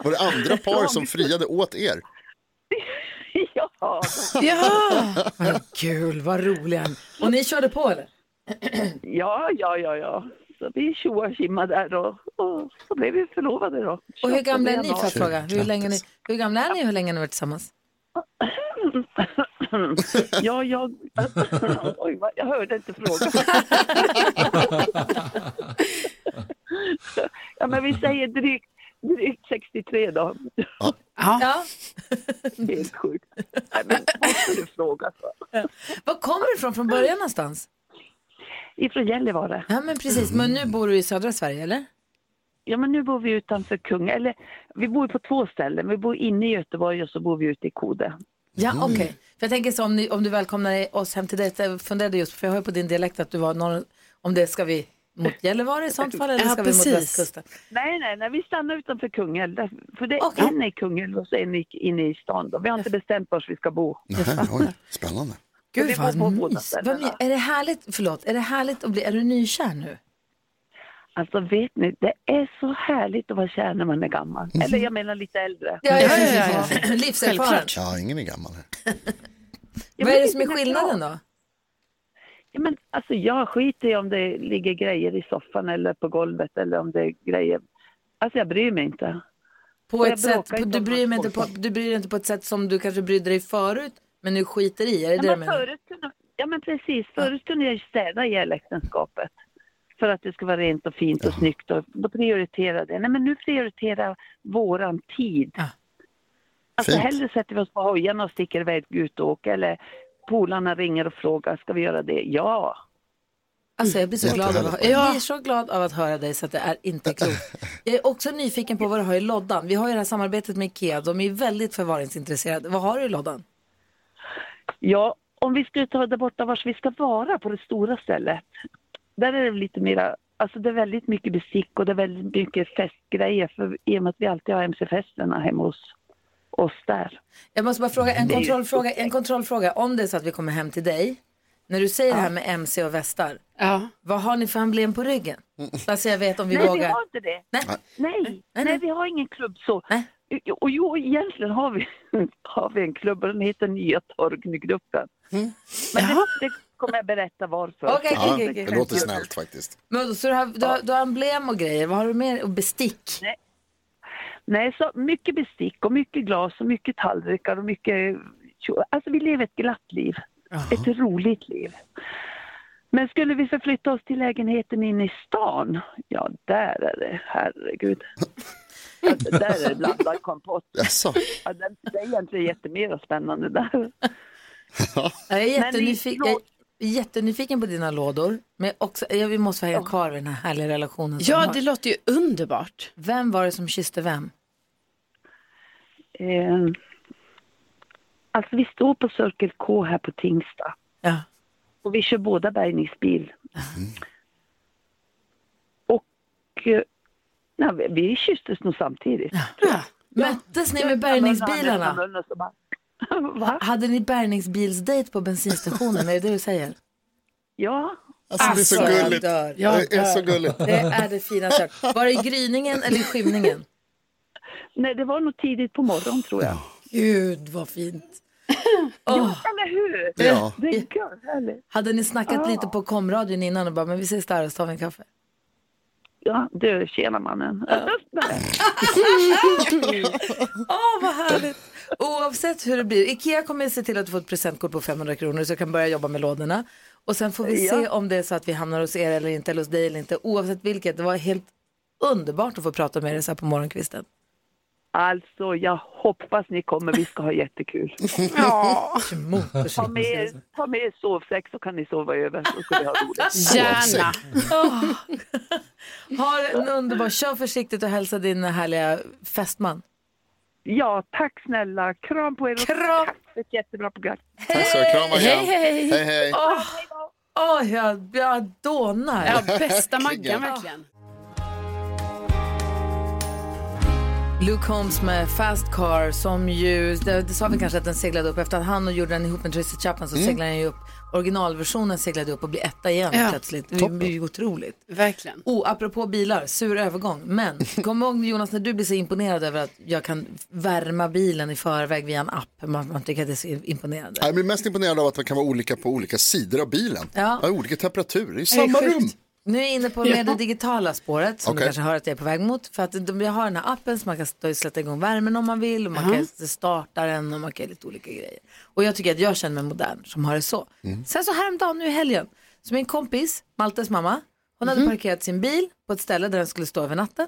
Var det andra par som friade åt er?
ja,
ja.
Vad kul, vad roligt. Och ni körde på eller?
ja, ja, ja, ja. Så vi tjoade och tjimmade där och, och så blev vi förlovade då.
Och hur
28
gamla är ni för
januari.
att fråga? Hur, länge ni, hur gamla är ni och hur länge har ni varit tillsammans?
ja, jag... Oj, vad- jag hörde inte frågan. ja, men vi säger drygt, drygt 63 då.
Ja.
Helt sjukt. Nej, men måste du fråga så?
Var kommer du ifrån från början någonstans?
Ifrån Gällivare.
Ja men precis, men nu bor du i södra Sverige eller?
Ja, men nu bor vi utanför Kung. Eller vi bor på två ställen. Vi bor inne i Göteborg och så bor vi ute i Kode.
Ja
Mm.
okej. För jag tänker så om, ni, om du välkomnar oss hem till dig, jag funderade just på, för jag hör på din dialekt att du var norr, om det ska vi mot Gällivare i sånt fall eller
Ja,
ska vi
precis.
mot västkusten?
Nej, nej, nej, vi stannar utanför Kungälv. Där- För det är
Okej.
en i Kungälv och så en i- inne i stan. Då. Vi har inte bestämt vars vi ska bo.
Nej, oj, spännande.
vi
Gud
bor
vad
på båda
mys. Vad
ställena.
my- Är det härligt, förlåt, är det härligt att bli, är du nykär nu?
Alltså vet ni, det är så härligt att vara kär när man är gammal. Eller jag menar lite äldre.
ja,
Ja,
ja,
liksom Livserfaren.
Självklart.
Ja, ingen är gammal här.
Ja,
Vad
men
är det
det
som är
är bra.
skillnaden då?
Ja, men, alltså, jag skiter i om det ligger grejer i soffan eller på golvet eller om det är grejer. Alltså jag bryr mig inte.
På
Och
ett
jag
sätt,
bråkar
på,
inte
du,
om
bryr dig inte på,
folk.
du bryr dig inte på ett sätt som du kanske brydde dig förut, men nu skiter i. Är det det
Ja,
du
men
menar?
förut kunde, ja men precis, förut kunde jag ju städa ihjäl äktenskapet. För att det skulle vara rent och fint och snyggt och då prioriterade jag det. Nej men nu prioriterar jag våran tid.
Ja.
Alltså
Fint.
hellre sätter vi oss på hojarna och sticker iväg ut och åker eller polarna ringer och frågar, ska vi göra det? Ja!
Alltså jag blir så glad, av att,
Jättehärligt.
jag blir så glad av att höra dig så att det är inte klokt. Jag är också nyfiken på vad du har i lådan. Vi har ju det här samarbetet med Ikea, de är väldigt förvaringsintresserade. Vad har du i lådan?
Ja, om vi skulle ta där borta vars vi ska vara på det stora stället. Där är det lite mera, alltså det är väldigt mycket bestick och det är väldigt mycket festgrejer för i och med att vi alltid har MC-festerna hemma hos oss där.
Jag måste bara fråga en kontrollfråga. En kontrollfråga. Om det är så att vi kommer hem till dig När du säger det här med MC och västar, vad har ni för emblem på ryggen? Bara så jag vet om vi
Nej,
vågar.
vi har inte det.
Nej,
nej, nej vi har ingen klubb så. Och jo, egentligen har vi, har vi en klubb och den heter Nya Torgnygruppen. Men det, det kommer jag berätta varför.
Mm. Okej, okej,
Ja,
okej, okej.
kan-
Det låter snällt.
Helt faktiskt.
Men, så du har, du, har, du har emblem och grejer, vad har du mer? Och bestick?
Nej. Nej, så mycket bestick och mycket glas och mycket tallrikar och mycket... Alltså vi lever ett glatt liv. Ett roligt liv. Men skulle vi förflytta oss till lägenheten inne i stan? Ja, där är det. Herregud. Alltså, där är det blandad kompott.
Jaså? Alltså,
Ja, det, det är egentligen jättemera spännande där.
Jag är,
Men det är
jättenyfiken, jag
klart-
är jättenyfiken på dina lådor. Men också, jag, vi måste hänga kvar vid den här härliga relationen. som
Ja,
vi har.
det låter ju underbart.
Vem var det som kysste vem?
Eh, alltså vi står på Cirkel K här på Tingsta.
Ja.
Och vi kör båda bärgningsbil. Och eh, nej, vi- vi kysstes nog samtidigt. alltså
Möttes ni med bärgningsbilarna? Hade ni bärgningsbilsdejt på bensinstationen? Är det det du säger?
Ja.
Alltså, det är så Alltså, jag gulligt. dör. Jag Det är så dör.
gulligt.
Det är det finaste jag hört. Var det i gryningen eller i skymningen?
Nej, det var nog tidigt på morgonen tror jag.
Gud vad fint. Åh.
Ja, eller hur?
Ja.
Det är kul, härligt.
Hade ni snackat
Ja.
lite på komradion innan och bara, men vi ses där och så tar vi en kaffe?
Ja, du, tjena mannen.
Åh, vad härligt! Oavsett hur det blir, Ikea kommer se till att du får ett presentkort på 500 kronor så du kan börja jobba med lådorna. Och sen får vi
Ja.
se om det är så att vi hamnar hos er eller inte, eller hos dig eller inte. Oavsett vilket, det var helt underbart att få prata med dig så här på morgonkvisten.
Alltså, jag hoppas ni kommer. Vi ska ha jättekul.
Ja.
Ta med, er- ta med er sovsäck så kan ni sova över. Så ska vi ha roligt.
Gärna. Ah. Ha en underbar, kör försiktigt och hälsa din härliga fästman.
Ja, tack snälla. Kram på er. Kram. Tack för ett jättebra program.
Tack så mycket. Kram och
Hej,
kram.
hej!
Hej, hej.
Åh, åh, jag, jag dånar.
Ja, bästa Maggan verkligen.
Luke Holmes med Fast Car som ju, det, det sa vi kanske att den seglade upp efter att han och gjorde den ihop med Tracy Chapman så
Mm.
seglade den ju upp. Originalversionen seglade upp och blev etta igen
Ja.
plötsligt. Det
Toppen.
blir ju otroligt.
Verkligen.
Oh, apropå bilar, sur övergång. Men kom ihåg Jonas när du blir så imponerad över att jag kan värma bilen i förväg via en app. Man, man tycker att det är så imponerande.
Jag blir mest imponerad av att man kan vara olika på olika sidor av bilen.
Ja.
Ja, olika temperaturer, det är ju
Är det
samma
sjukt?
rum.
Nu är jag inne på
Ja.
mer det digitala spåret som du
Okej.
kanske hör att jag är på väg mot. För att de, jag har den här appen som man kan stå och sätta igång värmen om man vill och man
Jaha.
kan starta den och man kan göra lite olika grejer. Och jag tycker att jag känner mig modern som har det så.
Mm.
Sen så häromdagen nu i helgen, så min kompis, Maltes mamma, hon
Mhm.
hade parkerat sin bil på ett ställe där den skulle stå över natten.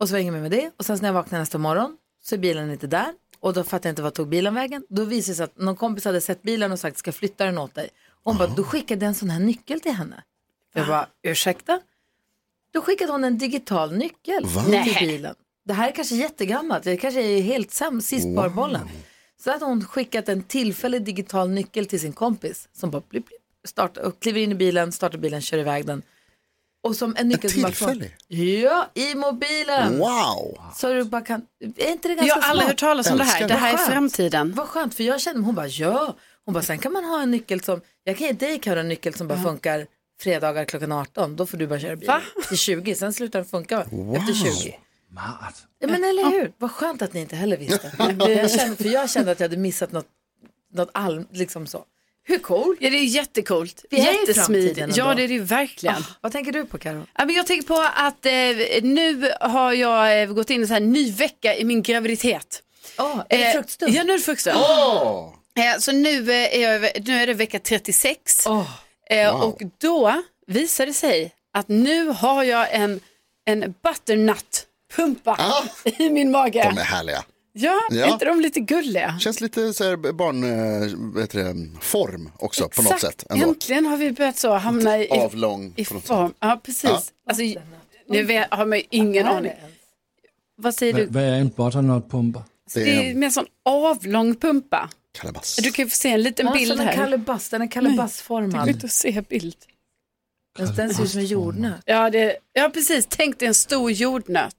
Och så var jag ingen med med det. Och sen så när jag vaknade nästa morgon så är bilen inte där. Och då fattade jag inte vad tog bilen vägen. Då visade det sig att någon kompis hade sett bilen och sagt ska jag flytta den åt dig. Och hon bara, då skickade jag en sån här nyckel till henne. Jag bara, ursäkta? Då skickade hon en digital nyckel
Va?
till
Nej.
bilen. Det här är kanske jättegammalt, det kanske är helt sämst, sist
Wow.
på bollen. Så hade hon skickat en tillfällig digital nyckel till sin kompis som bara blip, blip, startar, och kliver in i bilen, startar bilen, kör iväg den. Och som en nyckel som bara från-
tillfällig?
Ja, i mobilen.
Wow!
Så du bara kan, är inte det ganska
Jag har aldrig
smart?
hört talas om det här. Det här är
Vad skönt.
framtiden.
Vad skönt, för jag kände, hon bara ja. Hon bara, sen kan man ha en nyckel som, jag kan ge dig Karo, en nyckel som bara funkar fredagar klockan 18, då får du bara köra bilen.
Va?
Till 20, sen slutar den funka
Wow.
efter 20.
Mart.
Ja, men eller hur, vad skönt att ni inte heller visste. jag kände, för jag kände att jag hade missat något, något all, liksom så. Hur coolt?
Ja, det är jättecoolt.
Vi är i
Jättesmidigt.
framtiden ändå.
Ja, det är det ju verkligen.
Vad tänker du på Karo?
Ja, men Jag tänker på att eh, nu har jag eh, gått in i en så här ny vecka i min graviditet. Eh,
Oh, är det fruktstund?
Ja, nu är det fruktstund.
Åh!
Eh, så nu, eh, är jag, över- nu är det vecka 36.
wow.
eh, och då visar det sig att nu har jag en, en butternut-pumpa i min mage.
De är härliga.
Ja,
Ah! Ja.
är inte de lite gulliga?
Känns lite så här barn, eh, vad heter det, form också på något sätt. Ändå.
Äntligen har vi börjat så hamna i,
Avlång
i
på något
form. Ja, precis.
Ja.
Alltså, nu vet, har man ju ingen aning. Vad säger
Hva-
du?
Hvad er en butternut-pumper?
Det är med en sån avlång pumpa.
Kalabas.
Du kan ju få se en liten
Ja,
bild
sån en
här.
kalabas, den är
Det
kalabassformad.
går inte att se bild.
Den, den ser ut som en jordnöt.
Ja, det, ja precis. Tänk dig en stor jordnöt.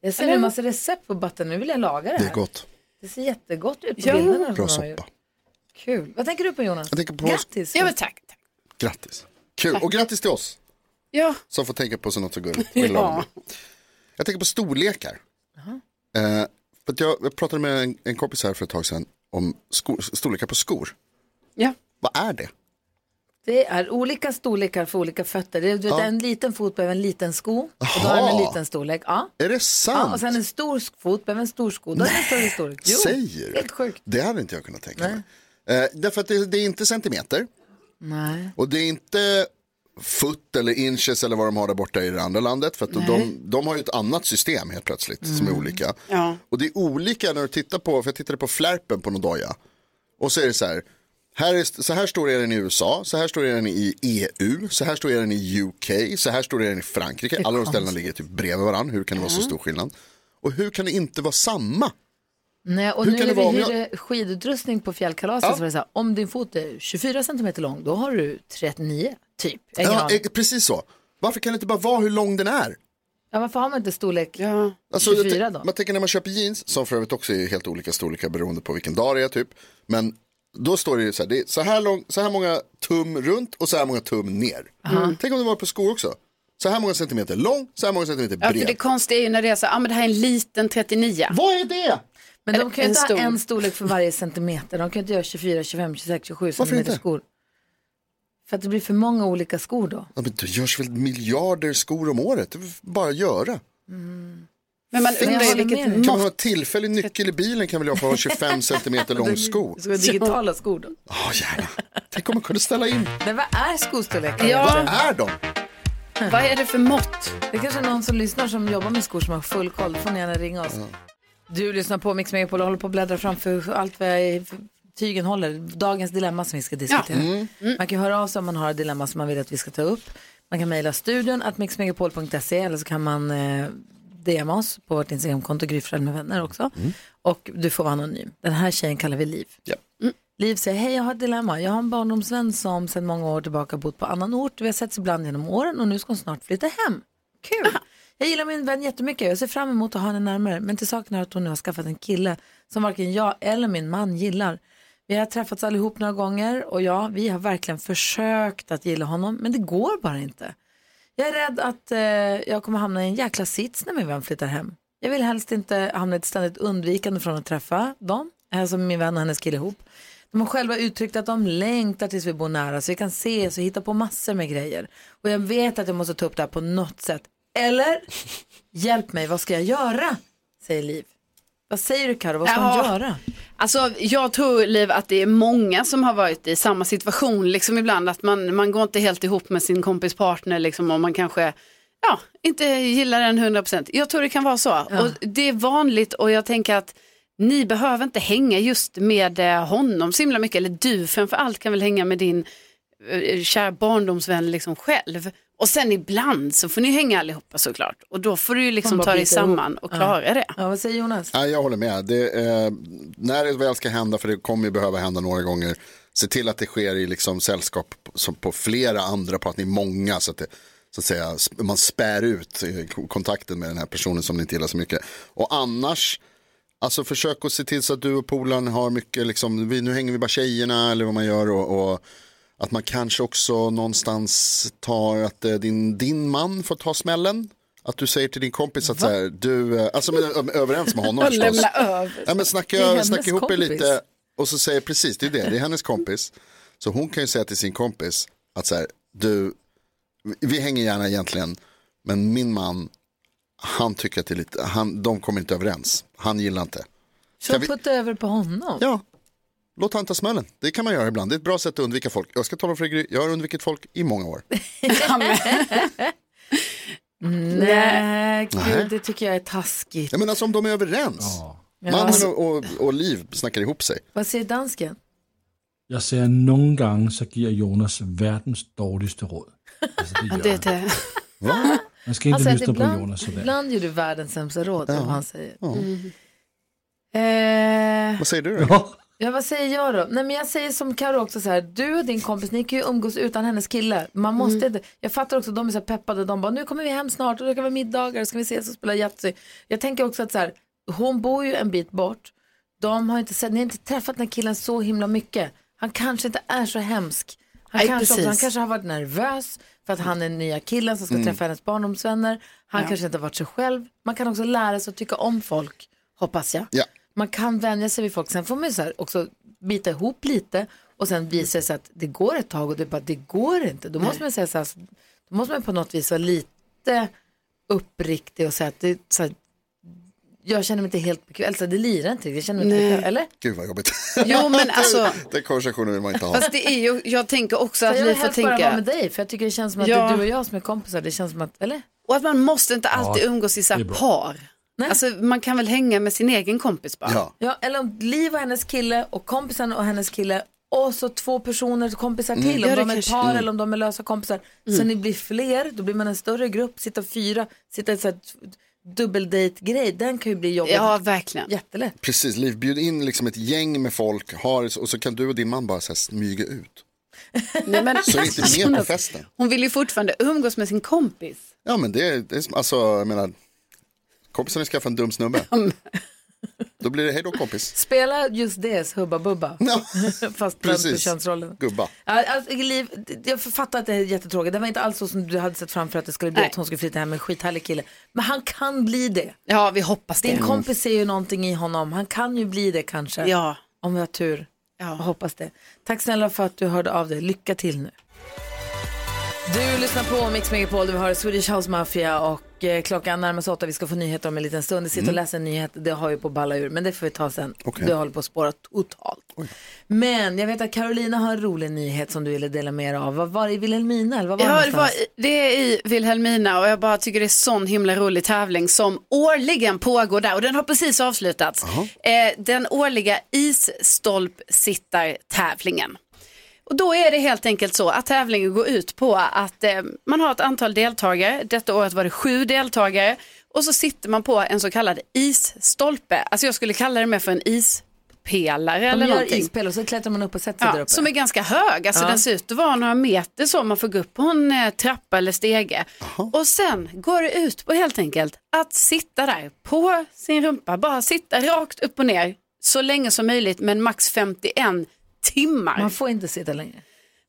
Jag ser
Eller-
en massa recept på butternut, nu vill jag laga det här.
Det är gott.
Det ser jättegott ut på
Ja.
bilderna.
Bra
som de har
soppa.
gjort. Kul. Vad tänker du på Jonas?
Jag tänker på-
Grattis.
Ja, men tack. tack.
Grattis. Kul, och grattis till oss
Ja.
som får tänka på sig något så gulligt.
Ja.
Ja. Jag tänker på storlekar. Eh, för att jag, jag pratade med en, en kompis här för ett tag sedan om skor, storlekar på skor.
Ja.
Vad är det?
Det är olika storlekar för olika fötter. Det är, du vet,
Ja.
En liten fot behöver en liten sko. Och då har den en
Aha.
liten storlek. Ja.
Är det
Ja, och
sant?
sen en stor fot behöver en stor sko. Då är det en större storlek. Jo,
Säger du?
Helt sjukt.
Det hade inte jag kunnat tänka mig. Eh, därför att det, det är inte centimeter
Nej.
och det är inte foot eller inches eller vad de har där borta i det andra landet. För att de, de har ju ett annat system helt plötsligt som är olika.
Ja.
Och det är olika när du tittar på, för jag tittade på flärpen på någon dag, ja. Och så är det så här, här är, så här står det den i USA, så här står det den i EU, så här står det den i UK, så här står det den i Frankrike. Alla de ställena ligger typ bredvid varandra, hur kan det vara så stor skillnad? Och hur kan det inte vara samma?
Nej, och
Hur
nu
kan det
när vi
vara om jag-
hyrde skidutrustning på fjällkalaset
Ja.
så var det så här, om din fot är 24 centimeter lång, då har du 39, typ. Jag har ingen
Ja,
aning.
eh, precis så. Varför kan det inte bara vara hur lång den är?
ja, varför har man inte storlek?
Ja.
Alltså, jag
24
te-
då?
Man tänker när man köper jeans, som för övrigt också är helt olika storlekar beroende på vilken dag det är typ. Men då står det ju så här, det är så här, lång, så här många tum runt och så här många tum ner. Mm. Tänk om det var på skor också. Så här många centimeter lång, så här många centimeter
Ja,
bred.
för Alltså, det konstiga är ju när det är så, ja ah, men det här är en liten 39.
Vad är det?
Men de kan ju
En
inte
stor.
ha en storlek för varje centimeter. De kan ju inte göra 24, 25, 26, 27
Varför
centimeter
inte?
skor. För att det blir för många olika skor då.
Ja, men det görs väl miljarder skor om året, det är väl bara att göra.
Men man
Men jag
undrar ju
håller med dig.
vilket
Kan man
mått.
ha tillfällig nyckel i bilen kan väl jag få ha en 25 centimeter lång sko.
Ska digitala skor då?
Ja, gärna. Tänk om man kunde ställa in.
Men vad är skostorlekar?
Vad
Ja,
är de?
vad är det för mått?
Det kanske är någon som lyssnar som jobbar med skor som har full koll. Då får ni gärna ringa oss. Du lyssnar på Mix Megapol och håller på att bläddra framför allt vad jag, tygen håller. Dagens dilemma som vi ska diskutera. Man kan höra av sig om man har ett dilemma som man vill att vi ska ta upp. Man kan mejla studion att mixmegapol.se eller så kan man eh, DM oss på vårt Instagramkonto Gry Forssell med vänner också. Och du får vara anonym. Den här tjejen kallar vi Liv. Mm.
Ja.
Liv säger, hej jag har ett dilemma. Jag har en barndomsvän som sedan många år tillbaka bott på annan ort. Vi har setts ibland genom åren och nu ska hon snart flytta hem. Kul! Jag gillar min vän jättemycket. Jag ser fram emot att ha henne närmare. Men till saken är att hon nu har skaffat en kille som varken jag eller min man gillar. Vi har träffats allihop några gånger och ja, vi har verkligen försökt att gilla honom, men det går bara inte. Jag är rädd att eh, jag kommer hamna i en jäkla sits när min vän flyttar hem. Jag vill helst inte hamna i ett ständigt undvikande från att träffa dem, alltså min vän och hennes kille ihop. De har själva uttryckt att de längtar tills vi bor nära så vi kan ses och hitta på massor med grejer. Och jag vet att jag måste ta upp det här på något sätt. Eller, hjälp mig, vad ska jag göra? Säger Liv. Vad säger du Karo, vad ska hon
Jaha.
göra?
Alltså jag tror Liv att det är många som har varit i samma situation liksom ibland att man, man går inte helt ihop med sin kompis partner liksom och man kanske ja, inte gillar den 100%. Jag tror det kan vara så och det är vanligt och jag tänker att ni behöver inte hänga just med eh, honom så himla mycket eller du framför allt kan väl hänga med din eh, kära barndomsvän liksom själv och sen ibland så får ni hänga allihopa såklart och då får du ju liksom
bara
ta dig
bita ihop.
samman och klara det.
Ja, vad säger Jonas?
Nej, jag håller med. Det, eh, när det väl ska hända, för det kommer ju behöva hända några gånger, se till att det sker i liksom sällskap på- som på flera andra, på att ni är många, så att, det, så att säga, sp- man spär ut eh, k- kontakten med den här personen som ni inte gillar så mycket. Och annars, alltså försök att se till så att du och polaren har mycket, liksom, vi, nu hänger vi bara tjejerna eller vad man gör. Och, och, att man kanske också någonstans tar att eh, din, din man får ta smällen. Att du säger till din kompis att så här, du, eh, alltså men, ö- överens med honom förstås.
över.
Ja, men snacka,
Det är hennes
snacka ihop er
kompis.
lite och så säger precis, det är det, det är hennes kompis. Så hon kan ju säga till sin kompis att så här, du, vi hänger gärna egentligen, men min man, han tycker att det är lite, han, de kommer inte överens, han gillar inte.
Så
vi-
putta över på honom.
Ja, låt han ta smällen, det kan man göra ibland, det är ett bra sätt att undvika folk. Jag ska tala om för er, Gry, jag har undvikit folk i många år.
Nej,
Nej.
gud, det tycker jag är taskigt.
Jag menar alltså om de är överens,
Ja.
mannen och, och, och Liv snackar ihop sig.
Vad säger dansken?
Jeg ser nogle gange, så giver Jonas verdens dårligste råd. Altså, det gør
Det är
han.
det.
Va?
Man skal ikke
Han säger att
lytte på
ibland,
Jonas sådär.
ibland ger du världens sämsta råd, det är vad han säger. Mm.
Ja. Mm.
Eh,
Vad säger du då?
ja, vad säger jag då? Nej, men jag säger som Karo också, så här, du och din kompis, ni kan ju umgås utan hennes kille.
Mm.
Man måste inte, jag fattar också, de är så här peppade, de bara, nu kommer vi hem snart och det kan vara middagar, ska vi ses och spela Yatzy. Jag tänker också att så här, hon bor ju en bit bort, de har inte sett, ni har inte träffat den här killen så himla mycket. Han kanske inte är så hemsk Han,
Nej,
kanske, också,
precis.
han kanske har varit nervös för att han är den nya killen som ska
Mm.
träffa hennes barndomsvänner. Han
Ja.
kanske inte har varit sig själv. Man kan också lära sig att tycka om folk, hoppas jag.
Ja.
Man kan vänja sig vid folk. Sen får man ju så här också bita ihop lite och sen visar det sig att det går ett tag och det är bara, det går inte. Då måste man säga så här, så- då måste man på något vis vara lite uppriktig och säga att det, så här, jag känner mig inte helt bekväm, alltså det lirar inte, jag känner mig inte
Nej.
bekväm, eller?
Gud vad jobbigt.
Jo, men alltså-
Den konversationen vill man inte ha.
Fast det är ju, jag tänker också att
jag
ni
vill
får
helst bara vara med
tänka.
dig, för jag tycker det känns som att
Ja.
det är du och jag som är kompisar, det känns som att, eller?
Och att man måste inte alltid
Ja,
umgås i så
det
här
är bra.
par. Alltså man kan väl hänga med sin egen kompis bara.
Ja.
Ja, eller om Liv och hennes kille och kompisen och hennes kille och så två personer, kompisar
Mm.
till, om
Ja, det
de är ett
kanske-
par
Mm.
eller om de är lösa kompisar. Så
Mm.
ni blir fler, då blir man en större grupp, sitta fyra, sitta i ett så här dubbeldate-grej, den kan ju bli jobbig.
Ja, verkligen.
Jättelätt.
Precis, Liv, bjud in liksom ett gäng med folk har, och så kan du och din man bara så här smyga ut.
Nej, men,
Så är inte med på festen.
Hon vill ju fortfarande umgås med sin kompis.
Ja men det, är- det är som- alltså jag menar, kompisen vill skaffa en dum snubbe. Då blir det hej då kompis,
Spela just det, Hubba Bubba.
Mm.
Fast på
precis,
könsrollen.
gubba.
Ja, Alltså, Liv, det- jag fattar att det är jättetråkigt. Det var inte alls så som du hade sett framför att det skulle bli
Nej.
att hon skulle flytta hem med en skithärlig kille. Men han kan bli det.
Ja, vi hoppas det.
Din kompis ser ju någonting i honom. Han kan ju bli det kanske.
Mm. Ja.
Om vi har tur. Jag hoppas det. Tack snälla för att du hörde av dig. Lycka till nu. Du lyssnar på Mix Megapol där vi har Swedish House Mafia och eh, klockan närmar sig åtta. Vi ska få nyheter om en liten stund. Jag sitter och
Mm.
läser en nyhet. Det har ju på balla ur, men det får vi ta sen.
Okej.
Det håller på att spåra totalt. Men jag vet att Carolina har en rolig nyhet som du ville dela med dig av. Vad var det i Vilhelmina? Eller vad var
Ja,
det
det, var,
någonstans?
det är i Vilhelmina och jag bara tycker det är sån himla rolig tävling som årligen pågår där och den har precis avslutats. Eh, den årliga isstolpsittartävlingen. Och då är det helt enkelt så att tävlingen går ut på att eh, man har ett antal deltagare, detta året var det sju deltagare och så sitter man på en så kallad isstolpe, alltså jag skulle kalla det mer för en ispelare eller
De gör
någonting.
ispel och så klättrar man upp och sätter sig
Ja,
där uppe.
som är ganska hög, alltså
Ja.
den ser ut att vara några meter så man får gå upp på en eh, trappa eller stege. Och sen går det ut på helt enkelt att sitta där på sin rumpa, bara sitta rakt upp och ner så länge som möjligt men max 51 timmar.
Man får inte sitta längre.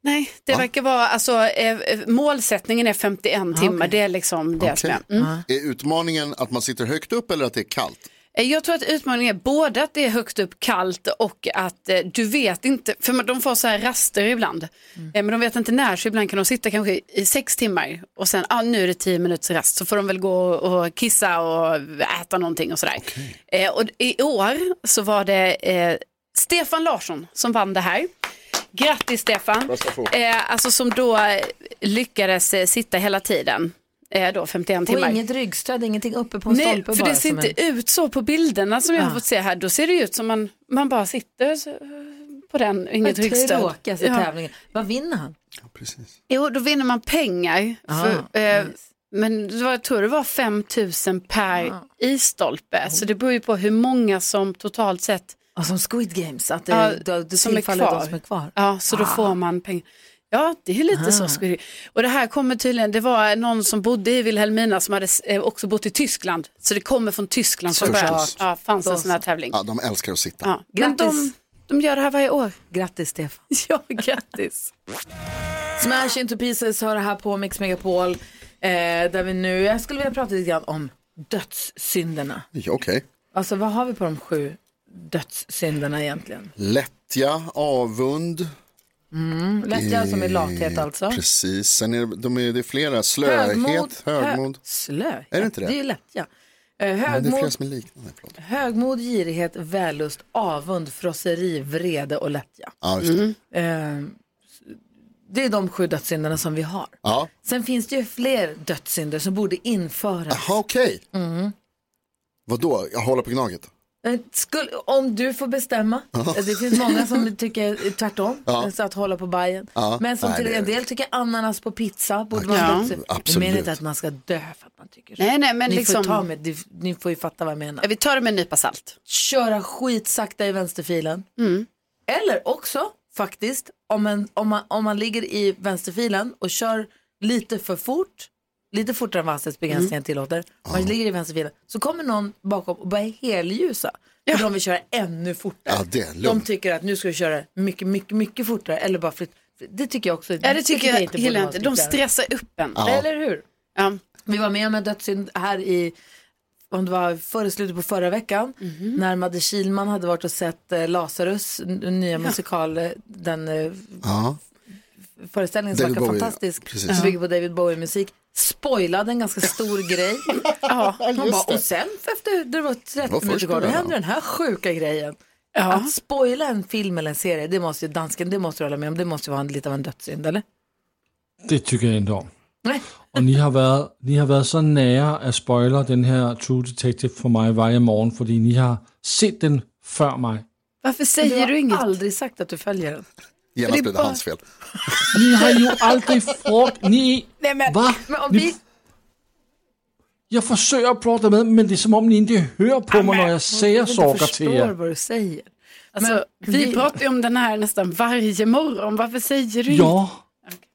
Nej, det verkar vara, alltså eh, eh, målsättningen är 51 timmar, det är liksom det som
Okej.
är. Mm.
Är utmaningen att man sitter högt upp eller att det är kallt?
Eh, Jag tror att utmaningen är både att det är högt upp kallt och att eh, du vet inte, för man- de får så här raster ibland, Eh, men de vet inte när, så ibland kan de sitta kanske i sex timmar och sen, ah, nu är det tio minuters rast, så får de väl gå och kissa och äta någonting och sådär. Eh, och i år så var det eh, Stefan Larsson som vann det här. Grattis Stefan, eh, alltså som då eh, lyckades eh, sitta hela tiden, eh, då 51 timmar.
Och inget ryggstöd, ingenting uppe på en
Nej,
stolpe
för
bara.
det ser
som
inte
en...
ut så på bilderna som jag har
Ah.
fått se här. Då ser det ju ut som man, man bara sitter så- på den, inget
Den
ryggstöd.
tråkigaste
Ja.
alltså, tävlingen. Vad vinner han?
Jo, då vinner man pengar.
Ah,
för, eh, Men det var, jag tror det var 5 000 per
Ah.
isstolpe. Så det beror ju på hur många som totalt sett
Ja, som Squid Games, att det,
Ja,
det, det
som är
tillfaller de
kvar.
som är kvar.
Ja, så då
Ah.
får man pengar. Ja, det är lite
Ah.
så. skulle det- Och det här kommer tydligen, det var någon som bodde i Vilhelmina som hade eh, också bott i Tyskland. Så det kommer från Tyskland från
Såklart.
början. Ja, fanns
Då
en sån här
så.
tävling.
Ja, de älskar att sitta.
Ja. Men de, de gör det här varje år.
Grattis Stefan.
Ja, grattis.
Smash into pieces hör det här på Mix Megapol. Eh, där vi nu, jag skulle vilja prata lite grann om dödssynderna.
Ja, Okej.
Alltså vad har vi på de sju dödssynderna egentligen?
Lättja, avund. Eh,
Mm, lättja som är lathet alltså.
Precis, sen är det, de är, det är flera. Slöhet, högmod.
Hö, slö.
Är det inte det?
Det är ju lättja. Eh,
Men det är flera
högmod,
som är liknande. Förlåt.
högmod, girighet, vällust, avund, frosseri, vrede och lättja.
Ja, just det.
Eh, det är de sju dödssynderna som vi har.
Ja.
Sen finns det ju fler dödssynder som borde införas.
Jaha, okej.
Mm.
Vadå, jag håller på Gnaget?
Eh, Skulle, om du får bestämma.
Ja.
Eh, Det finns många som tycker tvärtom,
Ja.
eh, så att hålla på Bajen.
Ja.
Men som
Nej,
till
det-
en del tycker ananas på pizza borde vara
Ja.
en dödssynd. Jag
Absolut.
menar inte att man ska dö för att man tycker så.
Nej, nej, men
ni
liksom-
Får ta med, ni- ni får ju fatta vad jag menar.
Ja, Vi tar det med en nypa salt.
Köra skitsakta i vänsterfilen.
Mm.
Eller också faktiskt, om, en, om, man, om man ligger i vänsterfilen och kör lite för fort, lite fortare än vad hastighetsbegränsningen
Mm.
tillåter, om man ligger i vänsterfilen, så kommer någon bakom och börjar helljusa. För de vill köra ännu fortare.
Ja, det är
Eh, de
lugnt.
tycker att nu ska vi köra mycket, mycket, mycket fortare eller bara flytta. det tycker jag också.
Ja, det tycker jag,
inte borde
gillar jag
vara
inte. De
smittbärare.
stressar upp en.
Ja. Eller hur? Vi var med om en dödssynd här i, om det var före slutet på förra veckan, när Madde Kilman hade varit och sett eh, Lazarus, n- nya musikal, eh, den eh,
Ja.
föreställningen som
David
verkar
Bowie,
fantastisk,
precis.
som bygger på David Bowie-musik, spoilade en ganska stor grej. ja, man
Just
bara,
det.
och sen efter det var 30
Det var
minuter
först
kvar, då
det där,
hände
ja.
den här sjuka grejen. Att spoila en film eller en serie, det måste ju dansken, det måste du hålla med om, det måste ju vara en, lite av en dödssynd, eller?
Det tycker jeg endda om. Og ni har, været, ni har været så nære at spoiler den her True Detective for mig varje morgen, fordi ni har set den før mig.
Varför
säger du, inget? har aldrig sagt att du följer den.
Genast
Det är
blev det
bara-
hans fel. Ni har ju aldrig frågat... Ni...
Nej, men,
Hva?
men om
Ni-
vi...
Jeg forsøger at prøve det med, men det er som om ni ikke hører på mig, når jeg siger saker til jer.
vad du säger.
Alltså, vi, pratar ju om den här nästan varje morgon. Varför säger du
Ja,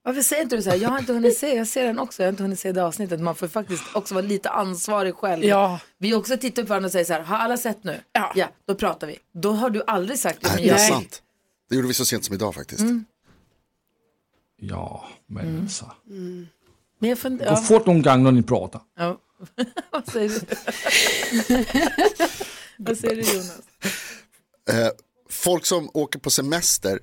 Varför säger inte du så här, jag har inte hunnit se, jag ser den också, jag har inte hunnit se det avsnittet. Man får faktiskt också vara lite ansvarig själv.
Ja.
Vi också tittar på varandra och säger så här, har alla sett nu? Ja. då pratar vi. Då har du aldrig sagt det.
Nej, det är sant. Det gjorde vi så sent som idag faktiskt.
Ja, men altså...
Mm. Men jag fund-
Gå
ja.
fort nogle gange, når ni prater.
Ja. Vad säger du? Vad säger du Jonas?
Eh, folk som åker på semester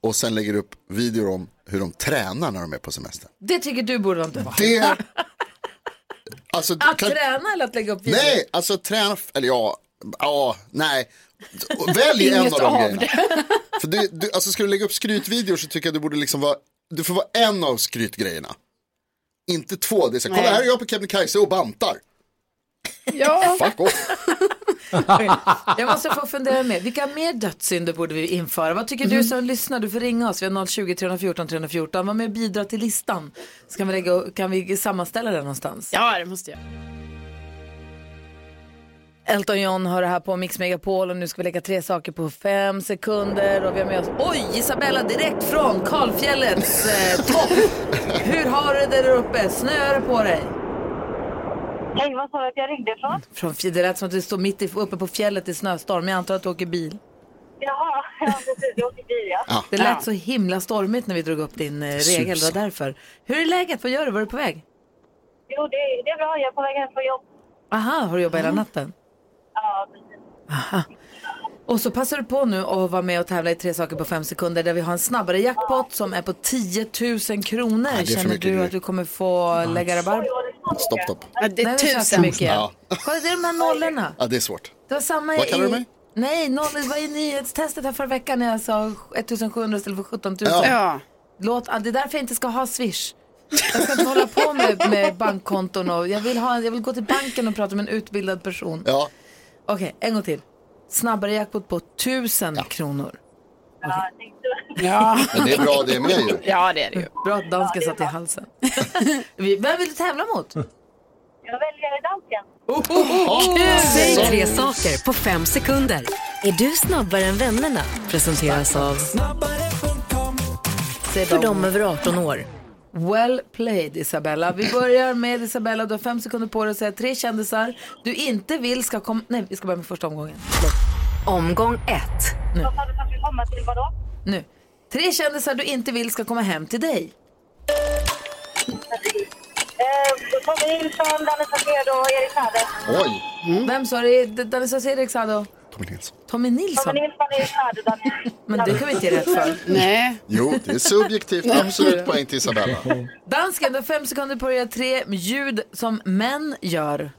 och sen lägger upp videor om hur de tränar när de är på semester.
Det tycker du borde vara inte.
Det... Alltså,
Att
kan-
träna eller att lägga upp video?
Nej, alltså träna, eller ja, ja, nej. Välj en
Inget
av de
av
grejerna. För det, du, alltså ska du lägga upp skrytvideor så tycker jag du borde liksom vara, du får vara en av skrytgrejerna. Inte två, det är så här, kolla
Nej.
här är jag på Kebnekaise och bantar.
Ja.
Fuck off.
Jag måste få fundera mer. Vilka mer dödssynder borde vi införa? Vad tycker du som lyssnar? Du får ringa oss. Vi har 020 314 314. Var med och bidra till listan. Så kan vi, lägga, kan vi sammanställa den någonstans?
Ja, det måste jag.
Elton John har det här på Mix Megapol och nu ska vi lägga tre saker på fem sekunder. Och vi har med oss, oj, Isabella direkt från Kalfjällets eh, topp. Hur har du det där uppe? Snöar det på dig?
Hej, vad sa du att jag ringde ifrån?
Från, fj- det lät som att du står mitt i, uppe på fjället i snöstorm. Jag antar att du åker bil.
Jaha, ja precis, jag åker bil ja.
Det lät så himla stormigt när vi drog upp din eh, regel. Det var
Susan.
därför. Hur är läget? Vad gör du? Var du på väg?
Jo, det, det är bra, jag är på väg hem från jobb.
Aha, har du jobbat hela natten?
Ja,
Aha. Och så passar du på nu att vara med och tävla i tre saker på fem sekunder där vi har en snabbare jackpot som är på 10 000 kronor.
för
Känner
mycket
du
grejer.
att du kommer få lägga rabarb?
Stopp, stopp.
Ja, det är tusen. Mycket.
Ja.
Kolla, det är de här nollorna.
ja, det är svårt.
Det var samma
Vad kallar
i...
du mig?
Nej, noll, det var i nyhetstestet här förra veckan när jag sa 1700 istället för 17 000.
Ja. Ja.
Låt, ah, det är därför jag inte ska ha Swish. Jag ska inte hålla på med, med bankkonton och jag vill, ha, jag vill gå till banken och prata med en utbildad person.
Ja.
Okej, en gång till. Snabbare jackpot på 1000 kronor.
ja jag tänkte...
Ja.
Men det är bra det med ju.
Ja, det är det ju.
Bra att dansken satt i halsen. Vi- Vem vill du tävla mot?
Jag väljer dansken.
Säg tre saker på fem sekunder. Är du snabbare än vännerna? Presenteras av... För dem över 18 år.
Well played Isabella. Vi börjar med Isabella. Du har fem sekunder på dig att säga tre kändisar du inte vill ska komma... Nej, vi ska börja med första omgången. Förlåt.
Omgång ett.
Nu.
Vad sa du att vi kommer till vadå?
Nu. Tre kändisar du inte vill ska komma hem till dig.
Eh, Tommy Nilsson, Danne Saucedo och Erik Saade.
Oj!
Mm.
Vem sa det? D- Danny Saucedo, Erik Saade?
Tommy Nilsson.
Tommy Nilsson?
Tommy Nilsson, Erik Saade, Danne.
Men det kan vi inte ge rätt för.
Nej.
Jo, det är subjektivt. Absolut poäng till Isabella.
Dansken, du har fem sekunder på dig att göra tre ljud som män gör.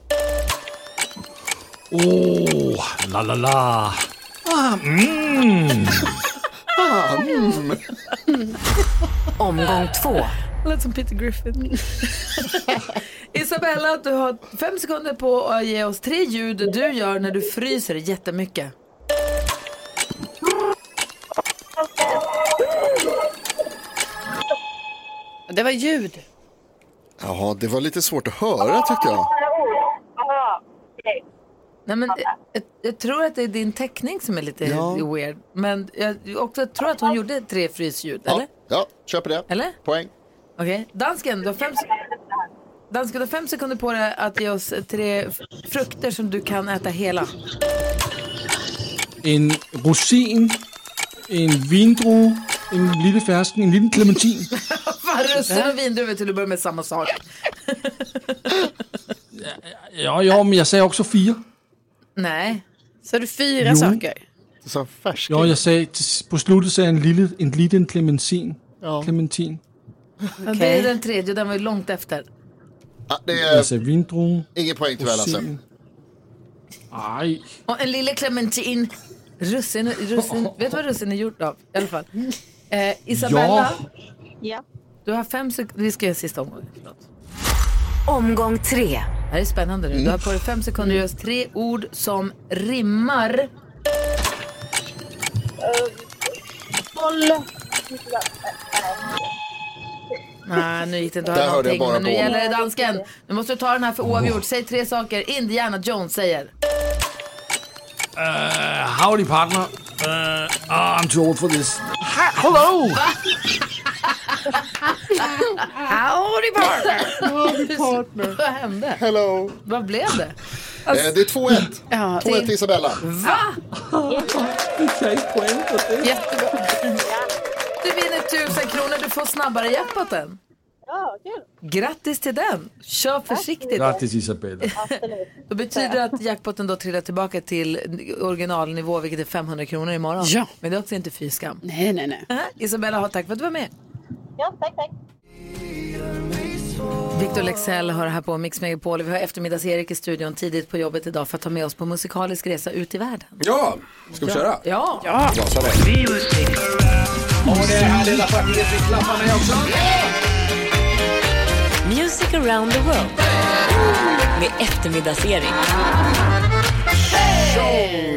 Oh, la la la. Mm.
Omgång två.
Lät som Peter Griffin. Isabella, du har fem sekunder på att ge oss tre ljud du gör när du fryser jättemycket.
Det var ljud.
Jaha, det var lite svårt att höra tyckte jag.
Jaha, okej.
Nej, men, jag- jag, jag tror att det är din teckning som är lite
Ja.
weird. Men jag också tror att hon gjorde tre frysljud, eller?
Ja, köper det.
Eller?
Poäng.
Okej. Dansken, du har fem, sek- Dansken, du har fem sekunder på dig att ge oss tre f- frukter som du kan äta hela.
Ah,
En rosin, en vindrue en lille fersken, en liten clementin.
Fan, russin och vindruvor till att börja med samma sak.
Ja, ja, men jag säger också fyra.
Nej. Så du fyra
Jo.
saker?
Du sa färsk.
Ja, jag säger, på slutet säger jag en, lille, en liten clementin.
Ja.
Clementin.
Ja, Det är den tredje, den var ju långt efter.
det
Mm.
Jag säger vindruv.
Ingen poäng alltså. tyvärr Lasse.
rosin. Nej.
Och en lille clementin. Russin, russin. Vet du vad russin är gjort av? I alla fall. Eh, Isabella,
Ja.
du har fem sekunder. Vi ska göra sista omgången. Förlåt.
Omgång tre.
Det här är spännande nu. Du har på dig fem sekunder att göra tre ord som rimmar.
Boll.
Nej, nu gick det inte att
Där
höra
hörde jag
någonting.
bara
Men nu
bål.
gäller det dansken. Nu måste du ta den här för oavgjort. Säg tre saker. Indiana Jones säger.
Uh, howdy partner. Uh, I'm too old for this. Ha- hello!
Howdy partner! Howdy partner. Vad hände?
Hello.
Vad blev det?
Eh, det är 2-1.
Ja,
2-1 till Isabella.
Va? Jättebra. Du vinner tusen kronor. Du får snabbare jackpoten.
Ja, kul.
Grattis till den. Kör försiktigt.
Grattis Isabella.
Då betyder det att jackpoten då trillar tillbaka till originalnivå, vilket är 500 kronor imorgon. Ja. Men det är också inte fy skam.
Nej, nej, nej.
Äh, Isabella, ha tack för att du var med.
Ja, tack, tack.
Victor Lexell har det här på Mix Megapol. Vi har eftermiddags-Erik i studion tidigt på jobbet idag för att ta med oss på musikalisk resa ut i världen.
Ja, ska vi köra?
Ja.
Ja. så det. Och det här lilla partiet fick klappa med också.
Music around the world. Med eftermiddagsserie.
Tjong!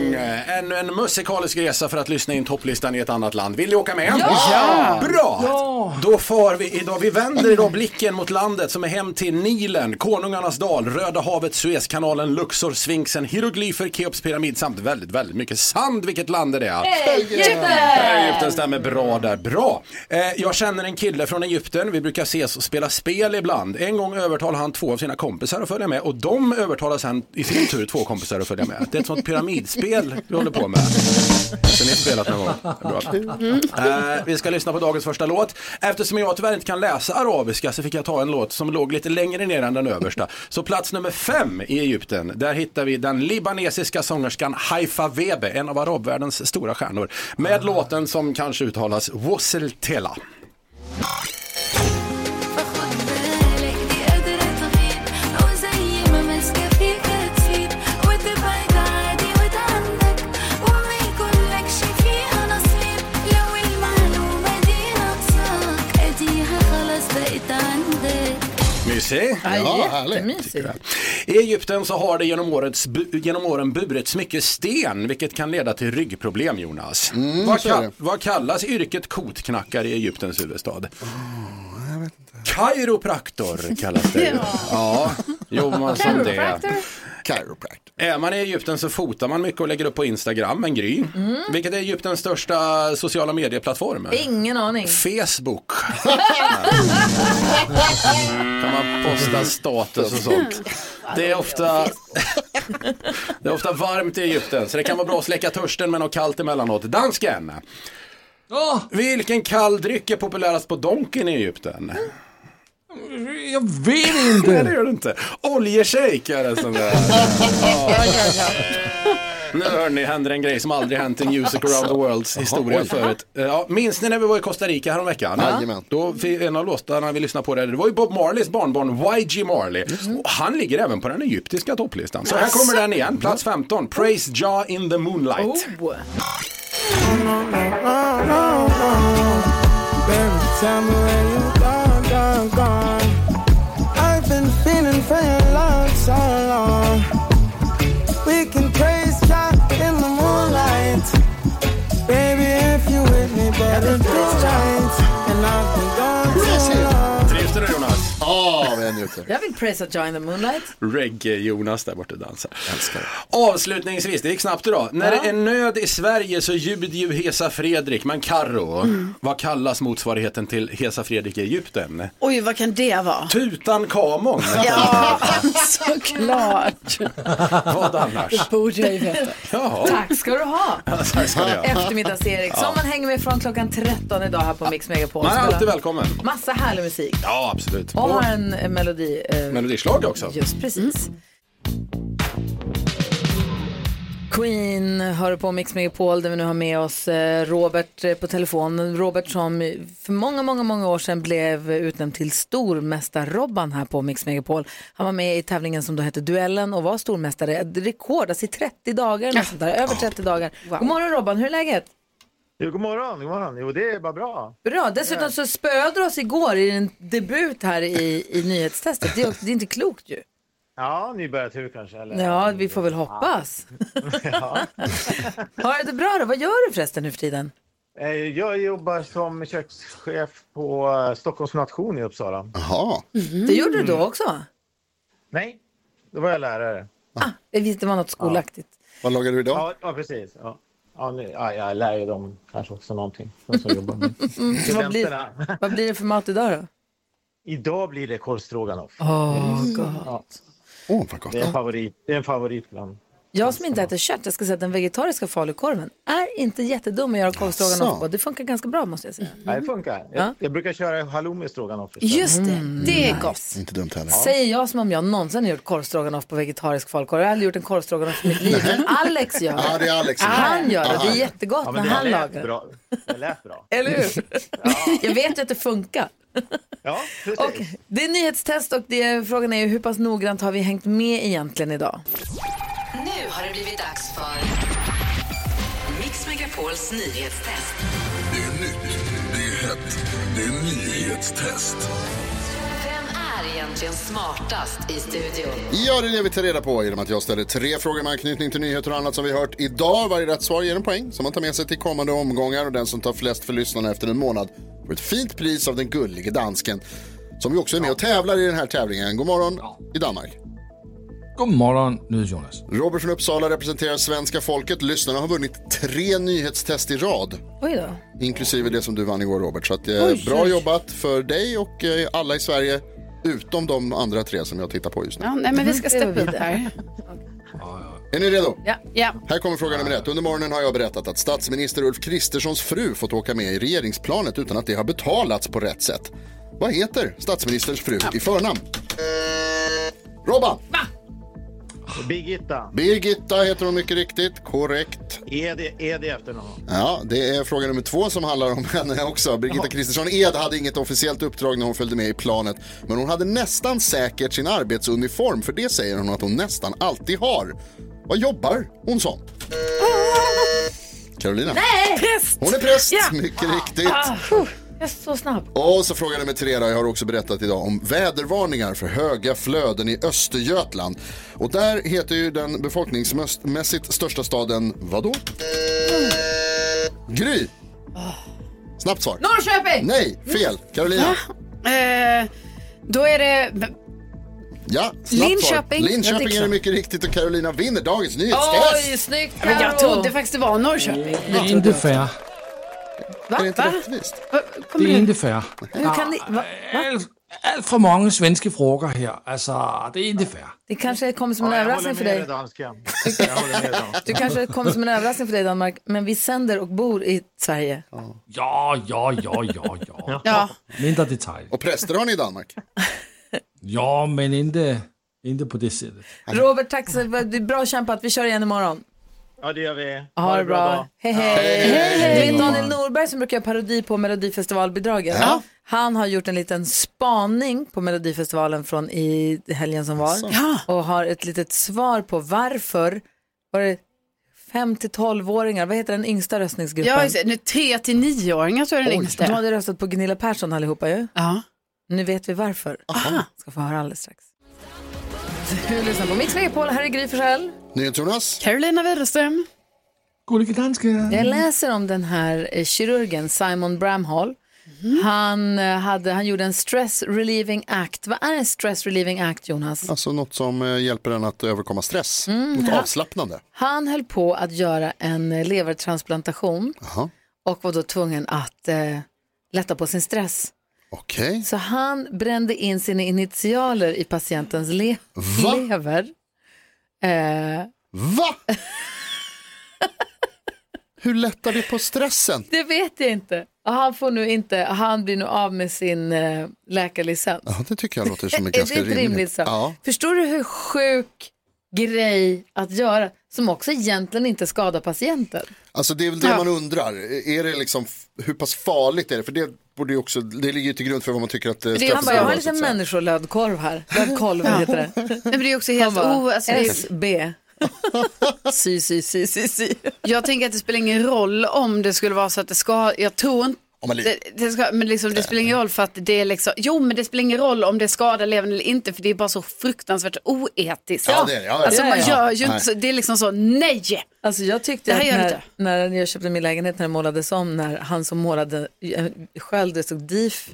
Ännu en musikalisk resa för att lyssna in topplistan i ett annat land. Vill ni åka med?
Ja! Ja!
Bra! Då far vi idag, vi vänder idag blicken mot landet som är hem till Nilen, Konungarnas dal, Röda havet, Suezkanalen, Luxor, Sfinksen, hieroglyfer, Keops pyramid samt väldigt, väldigt mycket sand. Vilket land är det? Egypten stämmer bra där, bra. Eh, jag känner en kille från Egypten, vi brukar ses och spela spel ibland. En gång övertalade han två av sina kompisar att följa med och de övertalade sen i sin tur två kompisar att följa med. Det är ett sånt pyramidspel vi håller på med. Så ni har spelat någon gång? Bra. Eh, vi ska lyssna på dagens första låt. Eftersom jag tyvärr inte kan läsa arabiska så fick jag ta en låt som låg lite längre ner än den översta. Så plats nummer fem i Egypten, där hittar vi den libanesiska sångerskan Haifa Webe, en av arabvärldens stora stjärnor, med låten som kanske uttalas Wossel Tela. Mysig.
Ja, jättemysigt.
I Egypten så har det genom, årets bu- genom åren burits mycket sten, vilket kan leda till ryggproblem, Jonas. vad,
Mm, så är
ka-
det.
vad kallas yrket kotknackare i Egyptens huvudstad? Kairopraktor kallas det. ju. ja, jobbar man som det.
Chiropractor.
Chiropractor. Är man i Egypten så fotar man mycket och lägger upp på Instagram, en Gry. Vilket är Egyptens största sociala medieplattform?
Ingen aning.
Facebook. Kan man posta status och sånt. Det är ofta, det är ofta varmt i Egypten så det kan vara bra att släcka törsten med något kallt emellanåt. Dansken! Vilken kall dryck är populärast på Donken i Egypten?
Jag vet inte.
Nej, det gör du inte. Oljeshake är det som det är. Ja. Nu hör ni, händer en grej som aldrig hänt i Music around the Worlds historia
Oj.
förut. Eh, Ja, minns ni när vi var i Costa Rica häromveckan?
Ja. Jajamän.
Då fick en av låtarna vi lyssnade på där, det var ju Bob Marleys barnbarn YG Marley. Och han ligger även på den egyptiska topplistan. Så här kommer den igen, plats 15, Praise Jah in the Moonlight.
Oh.
I've been feeling for your love so long. We can praise God in the moonlight. Baby, if you with me, but it's right. And I've been gone too long.
Trivs du nu Jonas?
Ja, men jag njuter.
Jag vill praisa Join the Moonlight.
Reggae-Jonas där borta dansar. Älskar det. Avslutningsvis, det gick snabbt idag. När det är nöd i Sverige så ljud ju Hesa Fredrik, man karro.
Mm.
Vad kallas motsvarigheten till Hesa Fredrik i Egypten?
Oj, vad kan det vara?
Tutankamon.
Ja, såklart.
Vad annars?
Det borde jag ju veta.
Jaha.
Tack ska du ha.
Tack ska du ha.
Eftermiddags-Erik som
Ja.
man hänger med från klockan 13 idag här på Mix Megapol.
Man är
Spelar
alltid välkommen.
Massa härlig musik.
Ja, absolut.
Och har en eh, melodi. eh,
Melodislag också.
Just precis. Queen hör på Mix Megapol där vi nu har med oss eh, Robert eh, på telefon. Robert som eh, för många, många, många år sedan blev eh, utnämnd till stormästar-Robban här på Mix Megapol. Han var med i tävlingen som då hette Duellen och var stormästare. Ett Rekord, alltså i 30 dagar eller något sånt där, över 30 dagar. God morgon Robban, hur är läget?
Jo, god morgon, god morgon. Jo, det är bara bra.
Bra, dessutom så spöade du oss igår i en debut här i, i nyhetstestet. Det är, också, det är inte klokt ju.
Ja, nybörjartur kanske? Eller?
Ja, vi får väl hoppas. Har du det bra då? Vad gör du förresten nu för tiden?
Eh, Jag jobbar som kökschef på eh, Stockholms nation i Uppsala.
Jaha.
Det gjorde du då
Mm.
också?
Nej, då var jag lärare.
Jag visste det var något skolaktigt.
Vad lagar du idag?
Ja, ja precis. Ja. Ja, nu, ja, jag lär ju dem kanske också någonting. De som jobbar med.
Mm, så vad, blir,
Studenterna.
vad blir det för mat idag då? Mm.
Idag blir det korvstroganoff.
Åh, gott.
Åh, vad gott.
Det är en favorit, det är en favorit bland
Jag som inte äter kött, jag ska säga att den vegetariska falukorven är inte jättedum att göra korvstroganoff
Asså.
på. Det funkar ganska bra måste jag säga.
Nej, det funkar.
Ja.
Jag, jag brukar köra halloumi stroganoff.
Just det,
Mm,
det är gott.
Inte dumt heller.
Säger jag som om jag någonsin har gjort korvstroganoff på vegetarisk falukorv. Jag har aldrig gjort en korvstroganoff i mitt liv. Men Alex gör det.
Ja, det är Alex som gör det.
Han gör det. Det
Ja.
är jättegott
Ja,
när
men det
han
lät
lagar det.
bra. Det lät bra.
Eller hur? Jag vet ju att det funkar.
Ja, precis.
Det är nyhetstest och det är, frågan är ju hur pass noggrant har vi hängt med egentligen idag?
Nu har det blivit dags för Mix Megapols nyhetstest.
Det är nytt, det är hett, det är nyhetstest.
Vem är egentligen smartast i studion?
Ja, det är det vi tar reda på genom att jag ställer tre frågor med anknytning till nyheter och annat som vi hört idag. Varje rätt svar ger en poäng som man tar med sig till kommande omgångar och den som tar flest för lyssnarna efter en månad får ett fint pris av den gullige dansken som ju också är med och tävlar i den här tävlingen. God morgon i Danmark.
God morgon, Jonas.
Robert från Uppsala representerar svenska folket. Lyssnarna har vunnit tre nyhetstest i rad,
Oj då.
inklusive det som du vann igår Robert. Så att, eh,
Oj,
bra
oj.
jobbat för dig och eh, alla i Sverige, utom de andra tre som jag tittar på just nu.
Ja, nej, men vi ska
Det var
steppa upp
vidare.
här.
Är ni redo?
Ja, ja.
Här kommer fråga nummer ett. Under morgonen har jag berättat att statsminister Ulf Kristerssons fru fått åka med i regeringsplanet utan att det har betalats på rätt sätt. Vad heter statsministerns fru i förnamn? Robban!
Birgitta,
Birgitta heter hon mycket riktigt. Korrekt.
är det, är det efter någon?
Ja, det är fråga nummer två som handlar om henne också. Birgitta Kristersson Ed hade inget officiellt uppdrag när hon följde med i planet, men hon hade nästan säkert sin arbetsuniform, för det säger hon att hon nästan alltid har. Vad jobbar hon som? Carolina.
Ah. Nej! Präst!
Hon är präst,
Ja.
mycket riktigt.
Ah, puh, jag är så snabb.
Och så fråga nummer tre då. Jag har också berättat idag om vädervarningar för höga flöden i Östergötland. Och där heter ju den befolkningsmässigt största staden vadå? Gry. Snabbt svar.
Norrköping!
Nej, fel. Carolina.
Eh, då är det...
Ja, snabbt
Linköping.
Svar.
Jag
Linköping
tycker
är det
så.
mycket riktigt och Carolina vinner dagens nyhetstest.
Oj, snyggt
Men jag
Karo.
trodde faktiskt det var Norrköping.
Det är inte fair.
Va?
Är det inte
Va?
rättvist?
Kommer
Det är
du?
inte fair.
Hur kan ni, va?
Alt, alt for mange svenske frågor her. Altså, det er ikke fair.
Det kanske kommer som en
jag håller
överraskning för
med dig
dig.
dansken. Jag håller med dig dansken.
Du kanske kommer som en överraskning för dig Danmark, men vi sänder och bor i Sverige.
Ja, ja, ja, ja, ja.
Ja.
Mindre detalj.
Och präster har ni i Danmark.
Ja, men inte, inte på det sättet.
Robert, tack så det är bra kämpat. Vi kör igen imorgon.
Ja, det gör vi.
Ha det bra.
dag.
Hej, hej. Du vet Daniel Norberg som brukar göra parodi på Melodifestivalbidraget.
Ja.
Han har gjort en liten spaning på Melodifestivalen från i helgen som var.
Ja.
Och har ett litet svar på varför var det 5 till 12-åringar, vad heter den yngsta röstningsgruppen?
Ja, just det. nu 3 till 9-åringar tror jag är den yngsta.
De hade röstat på Gunilla Persson allihopa ju.
Ja.
Nu vet vi varför. Aha. Ska få höra alldeles strax. Du lyssnar på Mix Megapol, här är Gry Forssell.
NyhetsJonas.
Carolina Widerström.
Gullige danske.
Jag läser om den här eh, kirurgen Simon Bramhall Han, eh, hade, han gjorde en stress relieving act. Vad är en stress relieving act Jonas?
Alltså något som eh, hjälper en att överkomma stress.
Mm,
något
ja.
avslappnande.
Han höll på att göra en eh, levertransplantation
Jaha,
och var då tvungen att eh, lätta på sin stress.
okej.
Så han brände in sina initialer i patientens le-
Va?
lever. Eh,
Va? Hur lättar det på stressen?
det vet jag inte. Och han får nu inte, han blir nu av med sin eh, läkarlicens.
Ja, det tycker jag låter som
Är
ett ganska
det inte rimligt så?
Ja.
Förstår du hur sjuk grej att göra som också egentligen inte skadar patienten?
Alltså det är väl det
Ja.
man undrar. Är det liksom, hur pass farligt är det? För det borde ju också, det ligger ju till grund för vad man tycker att eh,
Det är, han
straffet
bara, jag har liksom en
så att
liten
säga.
människolödkorv här. Lödkolv
Ja.
heter det.
Nej, men det är också helt
Han bara,
o... Alltså, det är,
SB. sy, sy, sy, sy, sy.
jag tänker att det spelar ingen roll om det skulle vara så att det ska, jag tror inte
Om man
det,
li-
det, ska, men liksom, det spelar ingen roll för att det är liksom, jo men det spelar ingen roll om det skadar levern eller inte för det är bara så fruktansvärt oetiskt.
Ja, det är det. Ja, ja,
alltså
ja,
man
ja.
gör ju
Nej.
inte så, det är liksom så, nej!
Alltså jag tyckte
det här gör jag
när,
inte.
när jag köpte min lägenhet när den målades om, när han som målade eh, själv, det stod DIF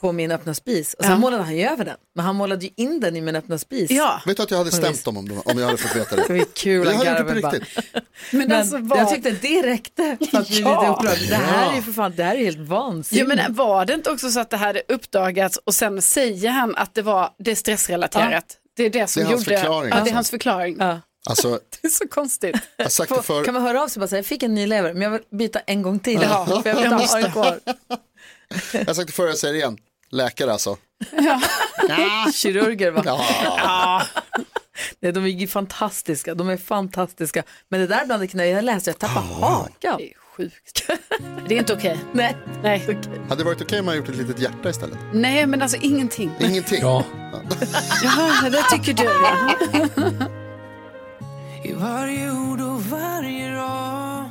på min öppna spis. Och sen
Ja.
målade han ju över den, men han målade ju in den i min öppna spis.
Vet du att jag hade stämt dem om, de- om jag hade fått veta det?
Det var ju kul
Jag
att
hade gjort det på
garva bara.
riktigt.
Men,
alltså, vad-
jag tyckte att det räckte för att bli lite
Ja.
upprörd. Det här är ju
Ja.
för fan, det här är ju helt vansinnigt.
Jo, men var det inte också så att det här hade uppdagats och sen säger han att det var det är stressrelaterat? Det är det som
Det är hans
gjorde...
förklaring,
ja, det är
alltså.
hans förklaring.
Alltså,
Det är så konstigt.
jag har sagt det
Får-
förr.
Kan man höra av sig och bara säga, jag fick en ny lever, men jag vill byta en gång till.
Ja.
För jag vill inte ha den kvar.
Jag har sagt det förr, jag säger det igen. Läkare alltså.
Kirurger va?
Ja.
Nej, de är ju fantastiska, de är fantastiska. Men det där bland det knä, jag läste, jag tappade hakan. Det är sjukt.
Det är inte okej.
Nej.
Nej.
Hade det varit okej om man gjort ett litet hjärta istället?
Nej, men alltså ingenting.
Ingenting.
Ja.
Jaha, det tycker du. ja.
I varje ord och varje rad